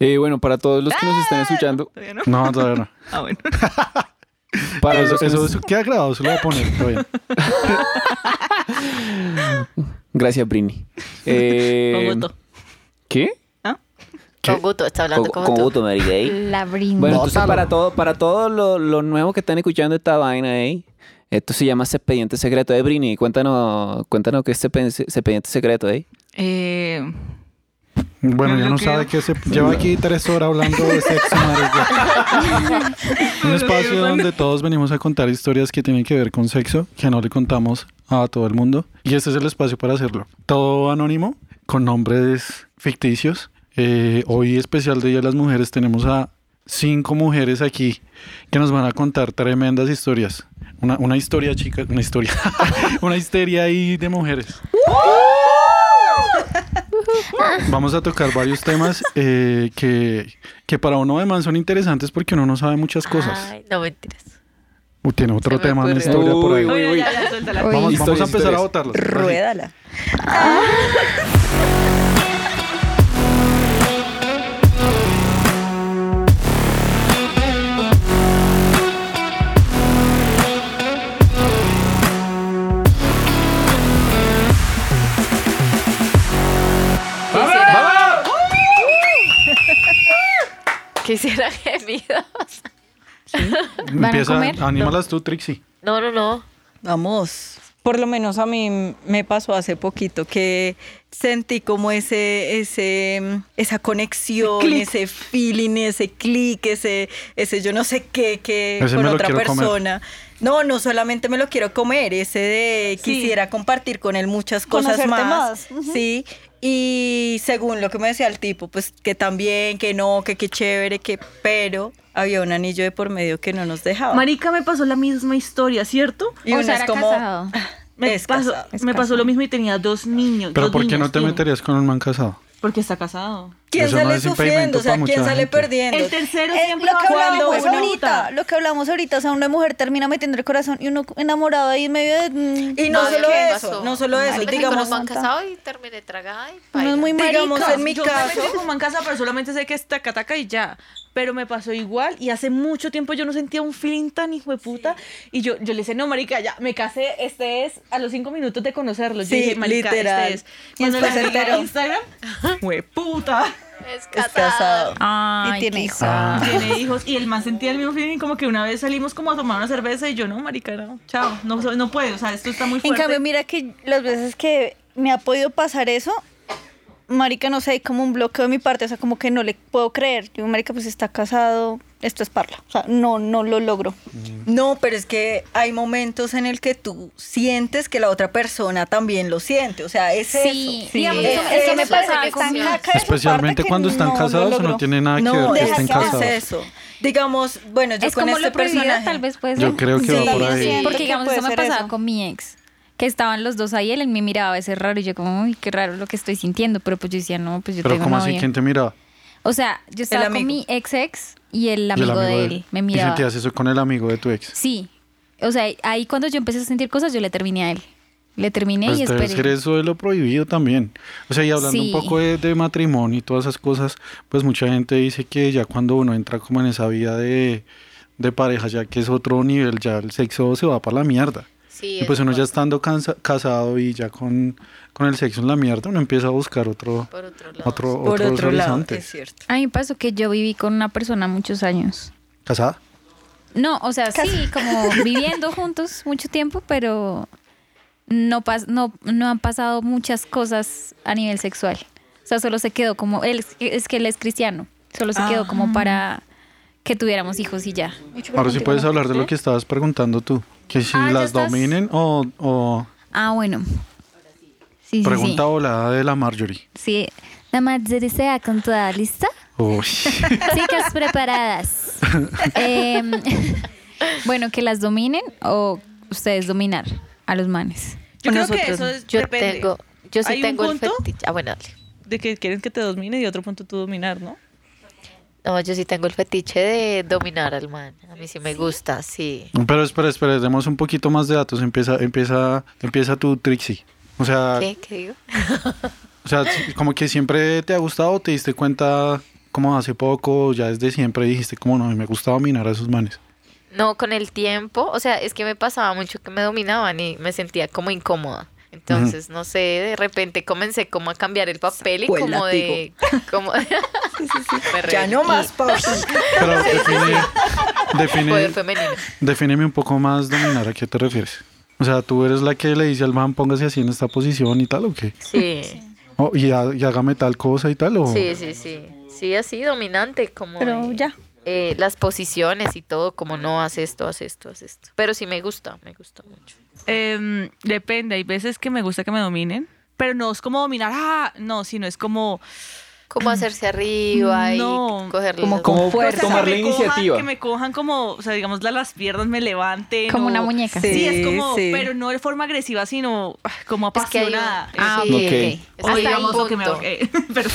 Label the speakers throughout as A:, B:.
A: Eh, bueno, para todos los que nos
B: Ah.
A: están escuchando,
C: Todavía no.
D: No, todavía no.
C: Ah, bueno.
A: para
D: Ah, Eso,
A: los que
D: eso,
A: nos-
D: eso queda grabado, se lo voy a poner. está bien.
A: Gracias, Brini. Eh,
C: Cogoto.
A: ¿Qué?
D: ¿Qué?
E: Con gusto, está hablando
F: Con,
E: con,
F: con
E: gusto.
F: gusto, marica, ¿eh?
G: La brinda.
A: Bueno, entonces
D: Bótalo.
A: para todo, para todo lo, lo nuevo que están escuchando esta vaina ahí, esto se llama Expediente Secreto de Brini. Cuéntanos, cuéntanos qué es Expediente Secreto ahí.
C: Eh,
D: Bueno,
C: No,
D: ya
C: yo
D: no
C: creo.
D: sabe que se lleva aquí tres horas hablando de sexo, marica. Un espacio donde todos venimos a contar historias que tienen que ver con sexo, que no le contamos a todo el mundo. Y este es el espacio para hacerlo. Todo anónimo, con nombres ficticios. Eh, hoy especial de Día de las Mujeres tenemos a cinco mujeres aquí que nos van a contar tremendas historias. Una, una historia, chica, una historia. una histeria ahí de mujeres. Vamos a tocar varios temas eh, que, que para uno de man son interesantes porque uno no sabe muchas cosas.
E: Ay, no mentiras.
D: Uy, tiene otro
E: se me
D: tema, una
E: ocurre.
D: historia por ahí.
A: Uy,
C: bueno,
A: uy.
C: ya, ya, suéltala.
G: Uy.
D: Vamos, vamos a
A: Historias,
D: empezar
A: historias.
D: a votarlos.
B: Ruédala.
E: Quisiera gemidos.
G: ¿Van a
D: Empieza,
G: comer?
D: anímalas tú, Trixie.
E: No, no, no.
B: Vamos. Por lo menos a mí me pasó hace poquito que sentí como ese, ese, esa conexión,
C: Ese clic.
B: ese feeling, ese clic, ese, ese yo no sé qué, que
D: Ese
B: con
D: me lo
B: otra
D: quiero comer.
B: persona. No, no solamente me lo quiero comer, ese de
C: Sí.
B: quisiera compartir con él muchas cosas
G: Conocerte
B: más.
G: más. Ujú.
B: Sí. Y según lo que me decía el tipo, pues que también, que no, que qué chévere, que pero había un anillo de por medio que no nos dejaba.
C: Marica me pasó la misma historia, ¿cierto?
B: y
G: o
B: uno
G: sea,
B: es
G: era
B: como "Ah,
G: casado.
C: Me,
B: es
C: pasó,
B: casado.
G: Es
C: me pasó
G: casado.
C: lo mismo y tenía dos niños.
D: Pero
C: dos
D: ¿por qué no
C: niñas
D: te
C: tiene.
D: meterías con un man casado?
C: Porque está casado.
B: ¿Quién
D: Eso no
B: sale
D: es
B: sufriendo?
D: impedimento
B: O sea,
D: para
B: ¿quién
D: mucha
B: sale
D: gente.
B: perdiendo?
G: Este
C: El tercero
H: Eh,
B: Es
C: siempre
B: lo
C: va a
B: que
C: ganar,
B: hablamos
C: huevón.
B: ahorita.
C: puta.
H: ahorita, lo que hablamos ahorita, o sea, una mujer termina metiendo el corazón y uno enamorado ahí en medio de... mm,
B: Y no,
E: yo
B: solo
E: qué
B: eso,
E: pasó.
B: no solo eso,
E: Ay, me quedé con
B: digamos,
E: un man casado y terminé tragada y
H: uno es
E: paila.
H: muy
B: digamos
H: marica.
B: en mi
C: yo
B: caso,
C: solamente como en casa, pero solamente sé que es taca taca y ya. Pero me pasó igual y hace mucho tiempo yo no sentía un feeling tan hijo de puta. Y yo, yo le dije, no, marica, ya, me casé, este es a los cinco minutos de conocerlo. Yo
B: Sí,
C: dije, marica,
B: literal.
C: este es.
B: Y
C: Cuando le
B: después se
C: agregué a
B: enteró.
C: Instagram, hue puta.
E: Es
B: es
E: casado.
B: casado.
H: Y tiene hijos.
C: Tiene hijos y el man sentía el mismo feeling como que una vez salimos como a tomar una cerveza y yo, no, marica, no, chao, no, so- no puedo, o sea, esto está muy
H: En
C: fuerte.
H: cambio, mira que las veces que me ha podido pasar eso, marica, no sé, hay como un bloqueo de mi parte, o sea, como que no le puedo creer. Yo, marica, pues está casado, esto es parla. O sea, no, no lo logro.
B: No, pero es que hay momentos en el que tú sientes que la otra persona también lo siente, o sea, es
G: Sí,
B: eso.
G: digamos,
B: Es
H: Eh,
G: eso, eso me
B: eso.
G: pasa
E: es eso.
H: caca
G: con
H: de su parte
D: Especialmente
H: que
D: cuando están
H: no lo
D: casados o no
H: logró.
D: tiene nada que ver
B: No,
D: que
B: es,
D: estén
B: es
D: casados.
B: eso. Digamos, bueno, yo
G: Ah, Es
B: con
G: como
B: este
G: lo prohibido,
B: personaje.
G: tal vez pues.
D: Yo creo que
B: Sí,
D: va por ahí.
H: sí.
G: Porque
H: que
G: digamos,
H: puede
G: eso me
H: ser
G: pasaba
H: eso.
G: con mi ex. Que estaban los dos ahí, él me miraba ese raro y yo como, uy, qué raro lo que estoy sintiendo. Pero pues yo decía, no, pues yo
D: Pero
G: tengo
D: como
G: novia.
D: así, ¿quién te miraba?
G: O sea, yo estaba con
B: amigo.
G: mi ex ex y el
D: Y
G: amigo, de él me
D: Y
G: miraba.
D: sentías eso con el amigo de tu ex.
G: Sí. O sea, ahí cuando yo empecé a sentir cosas, yo le terminé a él. Le terminé
D: Pues
G: y
D: debe
G: esperé.
D: ser eso de lo prohibido también. O sea, y hablando
G: Sí.
D: un poco de, de matrimonio y todas esas cosas, pues mucha gente dice que ya cuando uno entra como en esa vida de, de pareja, ya que es otro nivel, ya el sexo se va para la mierda.
E: Sí,
D: Y pues
E: es
D: uno ya
E: por-
D: estando cansa- casado y ya con, con el sexo en la mierda, uno empieza a buscar otro,
E: Por otro lado.
D: otro,
B: Por
D: otros
B: otro lado,
D: horizontes.
B: es cierto.
G: A mí me pasó que yo viví con una persona muchos años.
D: ¿Casada?
G: No, o sea, sí, como viviendo juntos mucho tiempo, pero no, pas no, no han pasado muchas cosas a nivel sexual. O sea, solo se quedó como, él es- es que él es cristiano, solo se quedó como para que tuviéramos hijos y ya.
D: Ahora sí puedes hablar de lo que estabas preguntando tú. Que si
G: Ah, ya
D: las
G: estás.
D: dominen o, o
G: Ah, bueno. Sí, sí,
D: pregunta volada de la Marjorie.
G: sí. Sí, la madre sea con toda lista.
D: Uy.
G: Chicas preparadas. Em, bueno, que las dominen o ustedes dominar a los manes.
C: Yo creo que
B: Nosotros-
C: eso es,
E: Yo
C: depende.
E: tengo, yo sí
C: Hay un
E: tengo el
C: punto
E: fetiche. Ah, bueno, dale.
C: de que quieren que te domine y otro punto tú dominar, ¿no?
E: No, yo sí tengo el fetiche de dominar al man. A mí sí me gusta, sí.
D: Pero espera, espera, demos un poquito más de datos. Empieza, empieza, empieza tu Trixie. O sea,
E: ¿Qué? ¿Qué digo?
D: o sea, si- como que siempre te ha gustado, te diste cuenta como hace poco, ya desde siempre dijiste como no, a mí me gusta dominar a esos manes?
E: No, con el tiempo, o sea, es que me pasaba mucho que me dominaban y me sentía como incómoda. Entonces, no sé, de repente comencé como a cambiar el papel y
B: Sacó el
E: como de... Como... Me
B: Ya
E: re-
B: no más, papi.
D: Pero define,
E: Poder
D: define,
E: femenino.
D: defíneme un poco más dominar, ¿a qué te refieres? O sea, ¿tú eres la que le dice al man póngase así en esta posición y tal o qué?
E: Sí,
D: O- y, ha- y hágame tal cosa y tal o...
E: sí, sí, sí. Sí, así dominante, como...
H: Pero
E: de,
H: ya.
E: eh, las posiciones y todo, como no, haz esto, haz esto, haz esto. Pero sí me gusta, me gusta mucho.
C: Em, depende, hay veces que me gusta que me dominen, pero no es como dominar, ah, no, sino es como...
E: Como hacerse arriba
C: No.
E: y coger
B: Como
E: las-
B: con
A: Como
B: fuerza.
C: que
A: tomar la
C: me cojan-
A: iniciativa.
C: que me cojan como, o sea, digamos, la- las piernas me levanten.
G: Como
C: o-
G: una muñeca.
C: Sí,
B: Sí,
C: es como,
B: sí.
C: pero no de forma agresiva, sino ah, como
E: Es que hay un-
C: apasionada.
E: Ah,
A: Sí.
E: ok,
A: Ok.
E: ok.
C: O
E: Hasta
C: digamos,
E: ahí,
C: o que me
E: punto.
C: ahogué. Pero-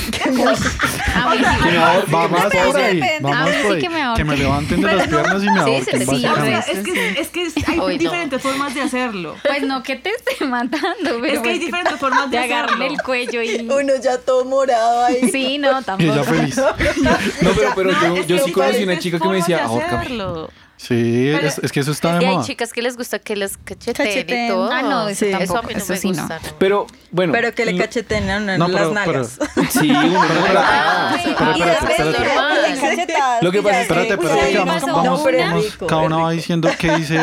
G: A mí sí.
D: Que me ahor- va más por ahí,
H: Depende.
D: va
G: A mí
D: más
G: sí
D: por ahí.
G: que me ahorquen.
D: Que me levanten de las piernas y me
E: Sí,
D: ahorquen,
E: sí, sí,
C: O sea,
D: básicamente.
C: es que, es que hay
E: Hoy no.
C: diferentes formas de hacerlo.
G: Pues no que te esté matando, pero
C: Es que hay
G: pues
C: diferentes formas de
G: te agarré
C: hacerlo.
G: el cuello y...
B: Uno ya todo morado ahí.
G: Sí, no,
D: Y
G: tampoco.
D: ella feliz.
A: No, pero, pero yo,
C: es
A: yo
C: que
A: sí
C: hay
A: conocí una
C: diferentes
A: chica que me decía,
C: formas de
A: ahórcame.
C: hacerlo.
D: Sí,
C: Pero-
D: es, es que eso está
E: Y
D: de
E: hay
D: moda.
E: chicas que les gusta que las cacheteen,
H: Cacheteen.
E: y todo.
G: Ah, no, eso
B: Sí.
E: Eso a
G: tampoco,
E: mí no
G: eso
E: me
G: sí no.
E: gusta. no.
A: Pero, bueno.
B: Pero que le
A: lo-
B: cachetean
D: No,
B: las
D: pero-
B: nalgas.
A: Sí, uno no la-
E: Ah,
G: sí.
D: Pero
H: Y
D: espérate,
H: después
E: espérate.
H: que-
E: Normal.
H: que cachetadas,
A: Lo que
H: y
A: pasa
H: ya
A: es que-
D: Espérate,
H: después
D: espérate,
H: ahí
D: que
G: pasó.
D: vamos,
H: como-
D: vamos,
B: No, pero es
D: vamos-
B: rico,
D: cada
B: es
D: uno va
B: rico.
D: diciendo qué dice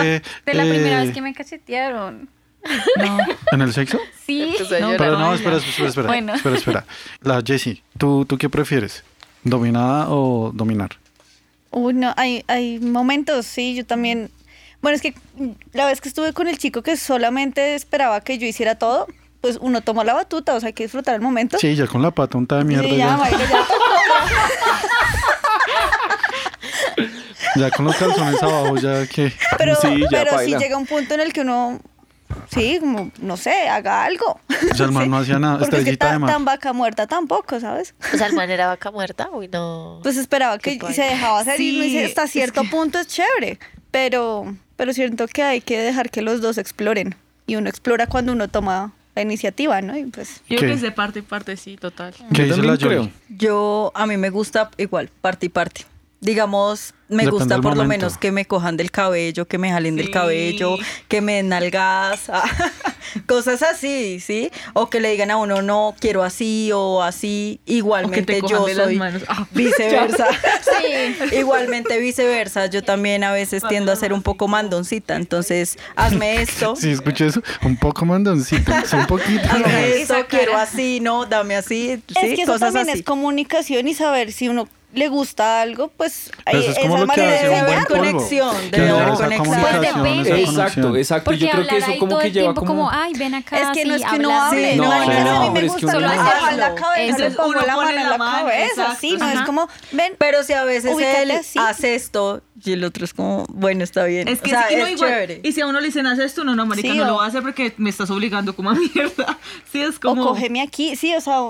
G: De la primera
D: eh,
G: vez que me cachetearon.
D: en el sexo.
G: Sí.
E: Empezó a
C: No,
E: llorar.
D: Pero
C: no,
D: no,
C: ya.
D: espera, espera, espera.
G: Bueno.
D: Espera, espera. La Jessie, ¿tú, ¿tú qué prefieres? ¿Dominada o dominar?
H: Uy, no, hay, hay momentos, sí, yo también. Bueno, es que mm, la vez que estuve con el chico que solamente esperaba que yo hiciera todo, pues uno tomó la batuta, o sea, hay que disfrutar el momento.
D: Sí, ya con la pata unta de
H: Y
D: mierda.
H: ya,
D: Ya,
H: marica, ya.
D: ya con los calzones abajo, ya que.
H: Pero,
A: Sí, ya
H: pero sí
A: baila.
H: llega un punto en el que uno, sí, como, no sé, haga algo.
D: O sea, Pues el man no hacía nada.
H: Porque es que
D: Estrellita de
H: tan,
D: mar.
H: tan vaca muerta tampoco, ¿sabes?
E: O sea, el man era vaca muerta, uy, no.
H: Pues esperaba que
E: Qué paila.
H: se dejaba hacer y uno
C: Sí,
H: dice, hasta
C: es
H: cierto
C: que-
H: punto es chévere, pero, pero siento que hay que dejar que los dos exploren. Y uno explora cuando uno toma la iniciativa, ¿no? Y pues...
C: Yo creo
D: ¿Qué?
C: que es de parte y parte, sí, total.
D: ¿Qué dice la
A: también creo.
D: Jolie?
B: Yo, a mí me gusta igual, parte y parte. Digamos, me
D: Depende
B: gusta
D: del
B: por lo
D: momento.
B: menos que me cojan del cabello, que me jalen del
C: Sí.
B: cabello, que me den nalgas, ah, cosas así, ¿sí? O que le digan a uno, no, quiero así o así. Igualmente
C: cojan
B: yo
C: de las
B: soy
C: manos. Ah,
B: viceversa. Igualmente viceversa. Yo también a veces tiendo a ser un poco mandoncita. Entonces, hazme esto.
D: Sí, escuché eso. Un poco mandoncito. sí, Un poquito.
B: Hazme
G: Esa
B: esto,
G: cara.
B: quiero así, no, dame así, sí,
H: es que eso
B: cosas
H: también
B: así.
H: es comunicación y saber si uno le gusta algo, pues hay
D: Eso es como
H: esa
D: lo que
H: manera
D: hace
H: de
D: un buen
H: verlo.
D: polvo.
B: conexión,
D: Que
B: debe
D: haya
B: haber
D: esa
B: conexión.
D: comunicación,
G: Pues
D: esa
G: depende.
A: Exacto,
D: conexión.
A: exacto.
G: Porque
A: Yo creo
G: hablar
A: que eso
G: ahí
A: como
G: todo
A: que
G: el
A: lleva
G: tiempo
A: como...
G: como, ay, ven acá,
H: Es que no
G: sí,
H: es que uno
G: hablamos".
H: hable,
B: Sí,
H: no,
B: no,
H: marica,
B: no,
H: a mí me
A: pero es que
H: gusta,
A: uno
H: no,
C: habla.
H: en la cabeza,
G: Entonces,
H: le pongo
C: uno
H: la mano
C: pone
H: en
C: la
H: la
C: mano,
H: cabeza, sí, no, es
C: exacto.
H: como, ven,
B: Pero si a veces
H: Ubícate
B: él
H: así.
B: hace esto y el otro es como, bueno, está bien.
C: Es que
B: o sea,
C: sí, y no,
B: es
C: igual-
B: chévere.
C: Y si a uno le dicen, haz esto, no, no, marica,
H: Sí,
C: no
H: o-
C: lo voy a hacer porque me estás obligando como a mierda. Sí, es
H: o
C: como...
H: cógeme aquí, sí, o sea,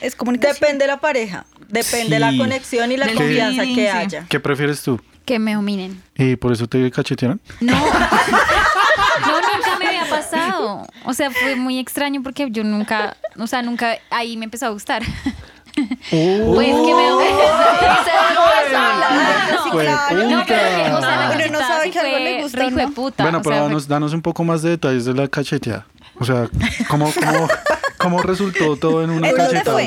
H: es comunicación.
B: Depende la pareja, depende la
D: Sí.
B: conexión y la
C: Del
B: confianza
C: feeling,
B: que
C: sí.
B: haya.
D: ¿Qué prefieres tú?
G: Que me dominen.
D: ¿Y por eso te cachetearon?
G: No. No, nunca me había pasado. O sea, fue muy extraño porque yo nunca, o sea, nunca, ahí me empezó a gustar. Pues
E: ¡Oh!
G: que me
H: Sí,
D: Fue
H: claro.
G: No, pero que, o sea,
H: Uno
G: la
H: no
G: cachetada
H: sabe
G: sí
H: que algo
G: fue
H: le gusta,
G: re hijo de
H: ¿no?
G: puta.
D: Bueno,
G: o
D: pero
G: sea,
D: danos, danos un poco más de detalles de la cacheteada. O sea, ¿cómo, cómo, cómo resultó todo en una
H: ¿En dónde
D: cachetada?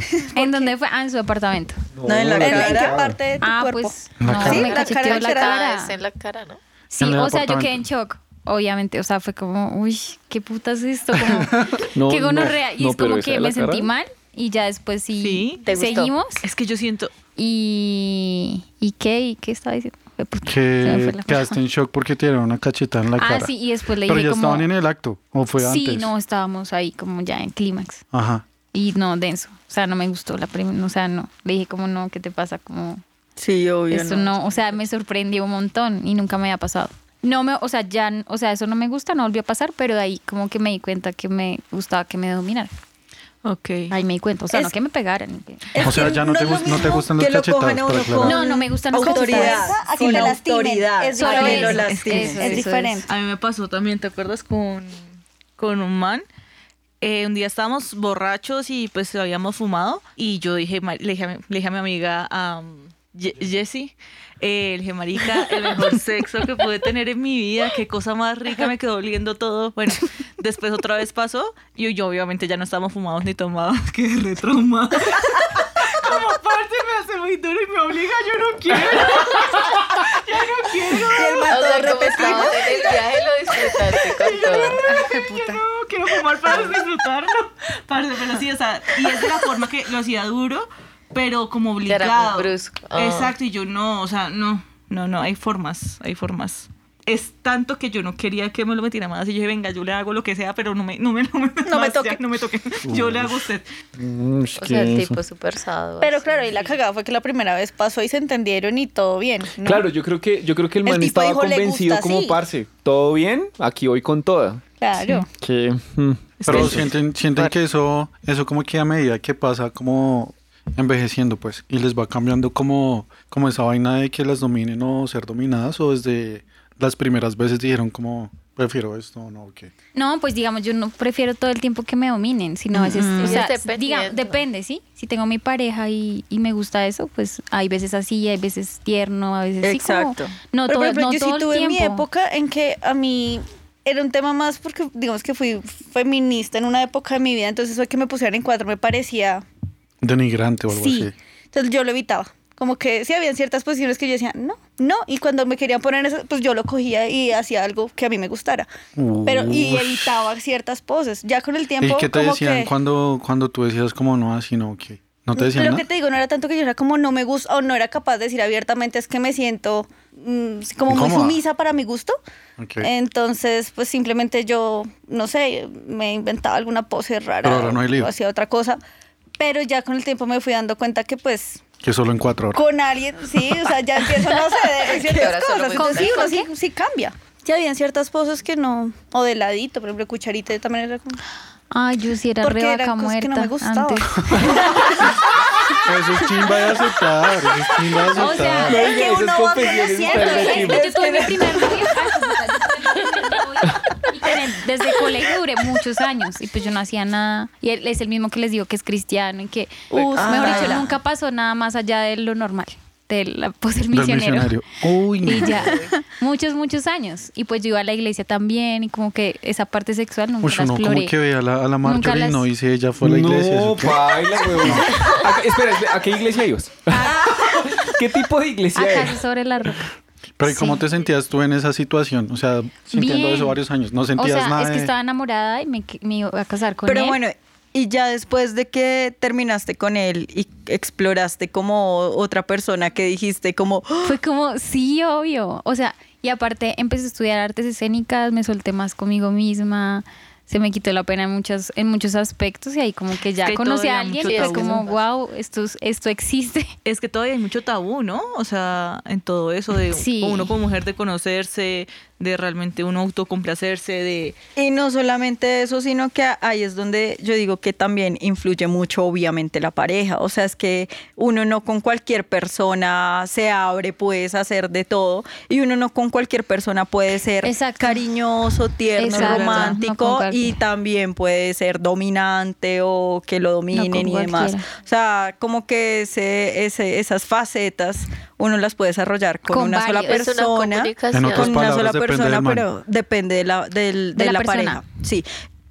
D: Sí.
G: fue- ¿En dónde fue? Ah, en su apartamento.
B: No, en la
H: ¿En, en qué
B: cara.
H: parte de tu
G: Ah,
H: cuerpo?
G: pues,
D: La
G: no,
D: cara. Sí,
G: me
H: la
G: cacheteó
H: cara
G: la
H: que era-
E: Ah,
G: cara.
E: es en la cara, ¿no?
G: Sí,
D: En el
G: o sea, yo
D: apartamento.
G: quedé en shock, obviamente. O sea, fue como, uy, qué puta es esto, como,
A: No,
G: qué
A: no,
G: gonorrea. y
A: no,
G: es
A: pero
G: como
A: esa
G: que
A: de la
G: me sentí
A: cara.
G: mal y ya después sí,
C: Sí,
E: ¿te gustó?
G: seguimos.
C: Es que yo siento...
G: Y, ¿Y qué? ¿Y qué estaba diciendo? Fue puta, se me fue
D: que
G: la-
D: quedaste en shock porque te dieron una cachetada en la
G: Ah,
D: cara.
G: sí, y después le
D: Pero
G: dije
D: ya
G: como...
D: estaban en el acto, o fue antes.
G: sí, no, estábamos ahí como ya en clímax.
D: Ajá.
G: Y no, denso. O sea, no me gustó la primera, o sea, no. Le dije como, no, ¿qué te pasa? Como...
B: Sí, obvio.
G: Eso no, o sea, me sorprendió un montón y nunca me había pasado. No me, o sea, ya, n- o sea, eso no me gusta, no volvió a pasar, pero de ahí como que me di cuenta que me gustaba que me dominaran.
C: Ok.
G: Ahí me di cuenta, o sea,
H: Es-
G: no que me pegaran. que-
B: Es
D: O sea,
B: que
D: ya no te
B: es lo
D: gust- no te
B: mismo
D: gustan los
B: que lo cojan a
D: cachetados, para
B: uno
D: aclarar.
B: con
G: No, no me gustan los
B: autoridad,
G: cachetados.
H: A que
B: con
H: lo lastimen,
B: autoridad,
H: es
B: a
G: Solo
B: que lo
G: eso,
B: lastimen.
H: es diferente.
C: A mí me pasó también, ¿te acuerdas con, con un man? eh, un día estábamos borrachos y pues habíamos fumado y yo dije, ma- le dije, a mi- le dije a mi amiga am, Ye- Jessie, eh, le dije, marica, el mejor sexo que pude tener en mi vida, qué cosa más rica, me quedó oliendo todo. Bueno, después otra vez pasó y yo obviamente ya no estábamos fumados ni tomados, qué retraumado. Como parte me hace muy duro y me obliga, yo no quiero.
B: Y el man
E: O
B: todo
E: sea, como
B: repetido.
E: estabas en el viaje, lo disfrutaste con todo.
C: Yo no quiero fumar para disfrutarlo. Parce, pero sí, o sea, y es de la forma que lo hacía duro, pero como
E: Que era
C: obligado.
E: muy brusco. Ah.
C: Exacto, y yo no, o sea, no, no, no, hay formas, hay formas. Es tanto que yo no quería que me lo metiera más. Y yo dije, venga, yo le hago lo que sea, pero no me, no me, no me,
H: No me
C: más, ya,
H: toque.
C: no me toque. Yo le hago a usted.
E: O sea, el tipo súper sado.
H: Pero
E: así.
H: claro, y la cagada fue que la primera vez pasó y se entendieron y todo bien. ¿no?
A: Claro, yo creo que, yo creo que el
H: El
A: man
H: tipo
A: estaba
H: dijo, "Le
A: convencido
H: gusta
A: como
H: así".
A: parce. Todo bien, aquí voy con toda.
H: Claro.
A: Que
D: hmm,
A: mm,
D: Pero sienten, sienten que eso, eso como que a medida que pasa como envejeciendo, pues, y les va cambiando como, como esa vaina de que las dominen o ser dominadas, o desde las primeras veces dijeron como prefiero esto o no, o qué.
G: No, pues digamos, yo no prefiero todo el tiempo que me dominen, sino a veces, o
E: Es
G: sea,
E: dependiendo.
G: diga- depende, ¿sí? Si tengo mi pareja y, y me gusta eso, pues hay veces así, hay veces tierno, a veces sí, como-
B: Exacto.
H: Pero,
G: no, todo,
H: por ejemplo,
G: no
H: yo sí
G: todo el
H: tuve
G: tiempo.
H: mi época en que a mí era un tema más porque digamos que fui feminista en una época de mi vida, entonces eso de que me pusieran en cuatro me parecía
D: Denigrante o algo
H: sí.
D: así.
H: Entonces yo lo evitaba. Como que sí habían ciertas posiciones que yo decía, no, no. Y cuando me querían poner eso, pues yo lo cogía y hacía algo que a mí me gustara. Pero, y
D: Ush.
H: evitaba ciertas poses. Ya con el tiempo.
D: ¿Y qué te
H: como
D: decían
H: que-
D: cuando, cuando tú decías como no así, no, qué? ¿No te decían
H: lo
D: nada?
H: que te digo, no era tanto que yo era como no me gusta o no era capaz de decir abiertamente es que me siento mm, como muy
D: Incómoda.
H: sumisa para mi gusto.
D: Ok.
H: Entonces, pues simplemente yo, no sé, me inventaba alguna pose rara
D: Pero ahora no hay lío.
H: o hacía otra cosa. Pero ya con el tiempo me fui dando cuenta que pues
D: Que solo en cuatro horas.
H: con alguien, sí, o sea, ya empiezo no sé, de
E: ahora
H: ciertas
E: solo
H: cosas.
E: me
H: Entonces, sí, uno
G: gusta.
H: sí, sí cambia. Ya habían ciertas poses que no, o de ladito, por ejemplo, cucharita también era como...
G: Ay, yo sí era
H: Porque
G: re
H: eran
G: vaca
H: cosas que
G: muerta
H: no me gustaban.
G: antes.
D: Eso es chimba de aceptar, eso es chimba de aceptar.
G: O sea,
A: Ah, No, oiga, esas confesiones están re
G: Yo,
A: chimbas.
G: yo tuve mi primer novio. ay, puta, yo tuve mi primer novio y con él Desde colegio duré muchos años y pues yo no hacía nada. Y él es el mismo que les digo que es cristiano y que, uf, mejor dicho,
H: ah.
G: nunca pasó nada más allá de lo normal, de la pose del
D: Del
G: misionero.
D: misionario. Uy,
G: Y
D: no.
G: ya, muchos, muchos años. Y pues yo iba a la iglesia también y como que esa parte sexual nunca
D: Uy,
G: la
D: uno
G: exploré.
D: como que ve a la, a la
G: Nunca
D: Marjorie
G: las-
D: y no dice ella fue a la iglesia.
A: No,
D: ¿eso qué?
A: baila, huevón. ¿A- Espera, espera, ¿a qué iglesia ibas? ¿Qué tipo de iglesia
G: Acá
A: era?
G: sobre la roca.
D: Pero ¿y cómo
G: Sí.
D: te sentías tú en esa situación? O sea, sintiendo
G: Bien.
D: eso varios años, no
G: O
D: sentías
G: sea,
D: nada.
G: es que
D: de-
G: estaba enamorada y me, que- me iba a casar con él.
B: Pero bueno, y ya después de que terminaste con él y exploraste como otra persona que dijiste como ¡Ah!
G: Fue como, sí, obvio. O sea, y aparte empecé a estudiar artes escénicas, me solté más conmigo misma, se me quitó la pena en muchos, en muchos aspectos y ahí como que ya
C: Es que
G: conocí
C: todavía
G: a alguien
C: mucho
G: y fue
C: tabú.
G: como, wow, esto, es- esto existe.
C: Es que todavía hay mucho tabú, ¿no? O sea, en todo eso de
G: Sí.
C: uno como mujer de conocerse, de realmente uno autocomplacerse, de...
B: Y no solamente eso, sino que ahí es donde yo digo que también influye mucho, obviamente, la pareja. O sea, es que uno no con cualquier persona se abre, puedes hacer de todo. Y uno no con cualquier persona puede ser
G: Exacto.
B: cariñoso, tierno,
G: Exacto, no con
B: romántico.
G: cualquiera.
B: y también puede ser dominante o que lo dominen y demás.
G: cualquiera.
B: O sea, como que ese, ese- esas facetas uno las puede desarrollar con,
G: Con
B: una sola
G: varios.
E: Es una
B: persona
D: En
E: comunicación.
D: otras
B: con una
D: palabras,
B: sola
D: depende del
B: persona,
D: man.
B: pero depende de la, del-
G: De
B: de
G: la
B: la
G: persona.
B: pareja. Sí.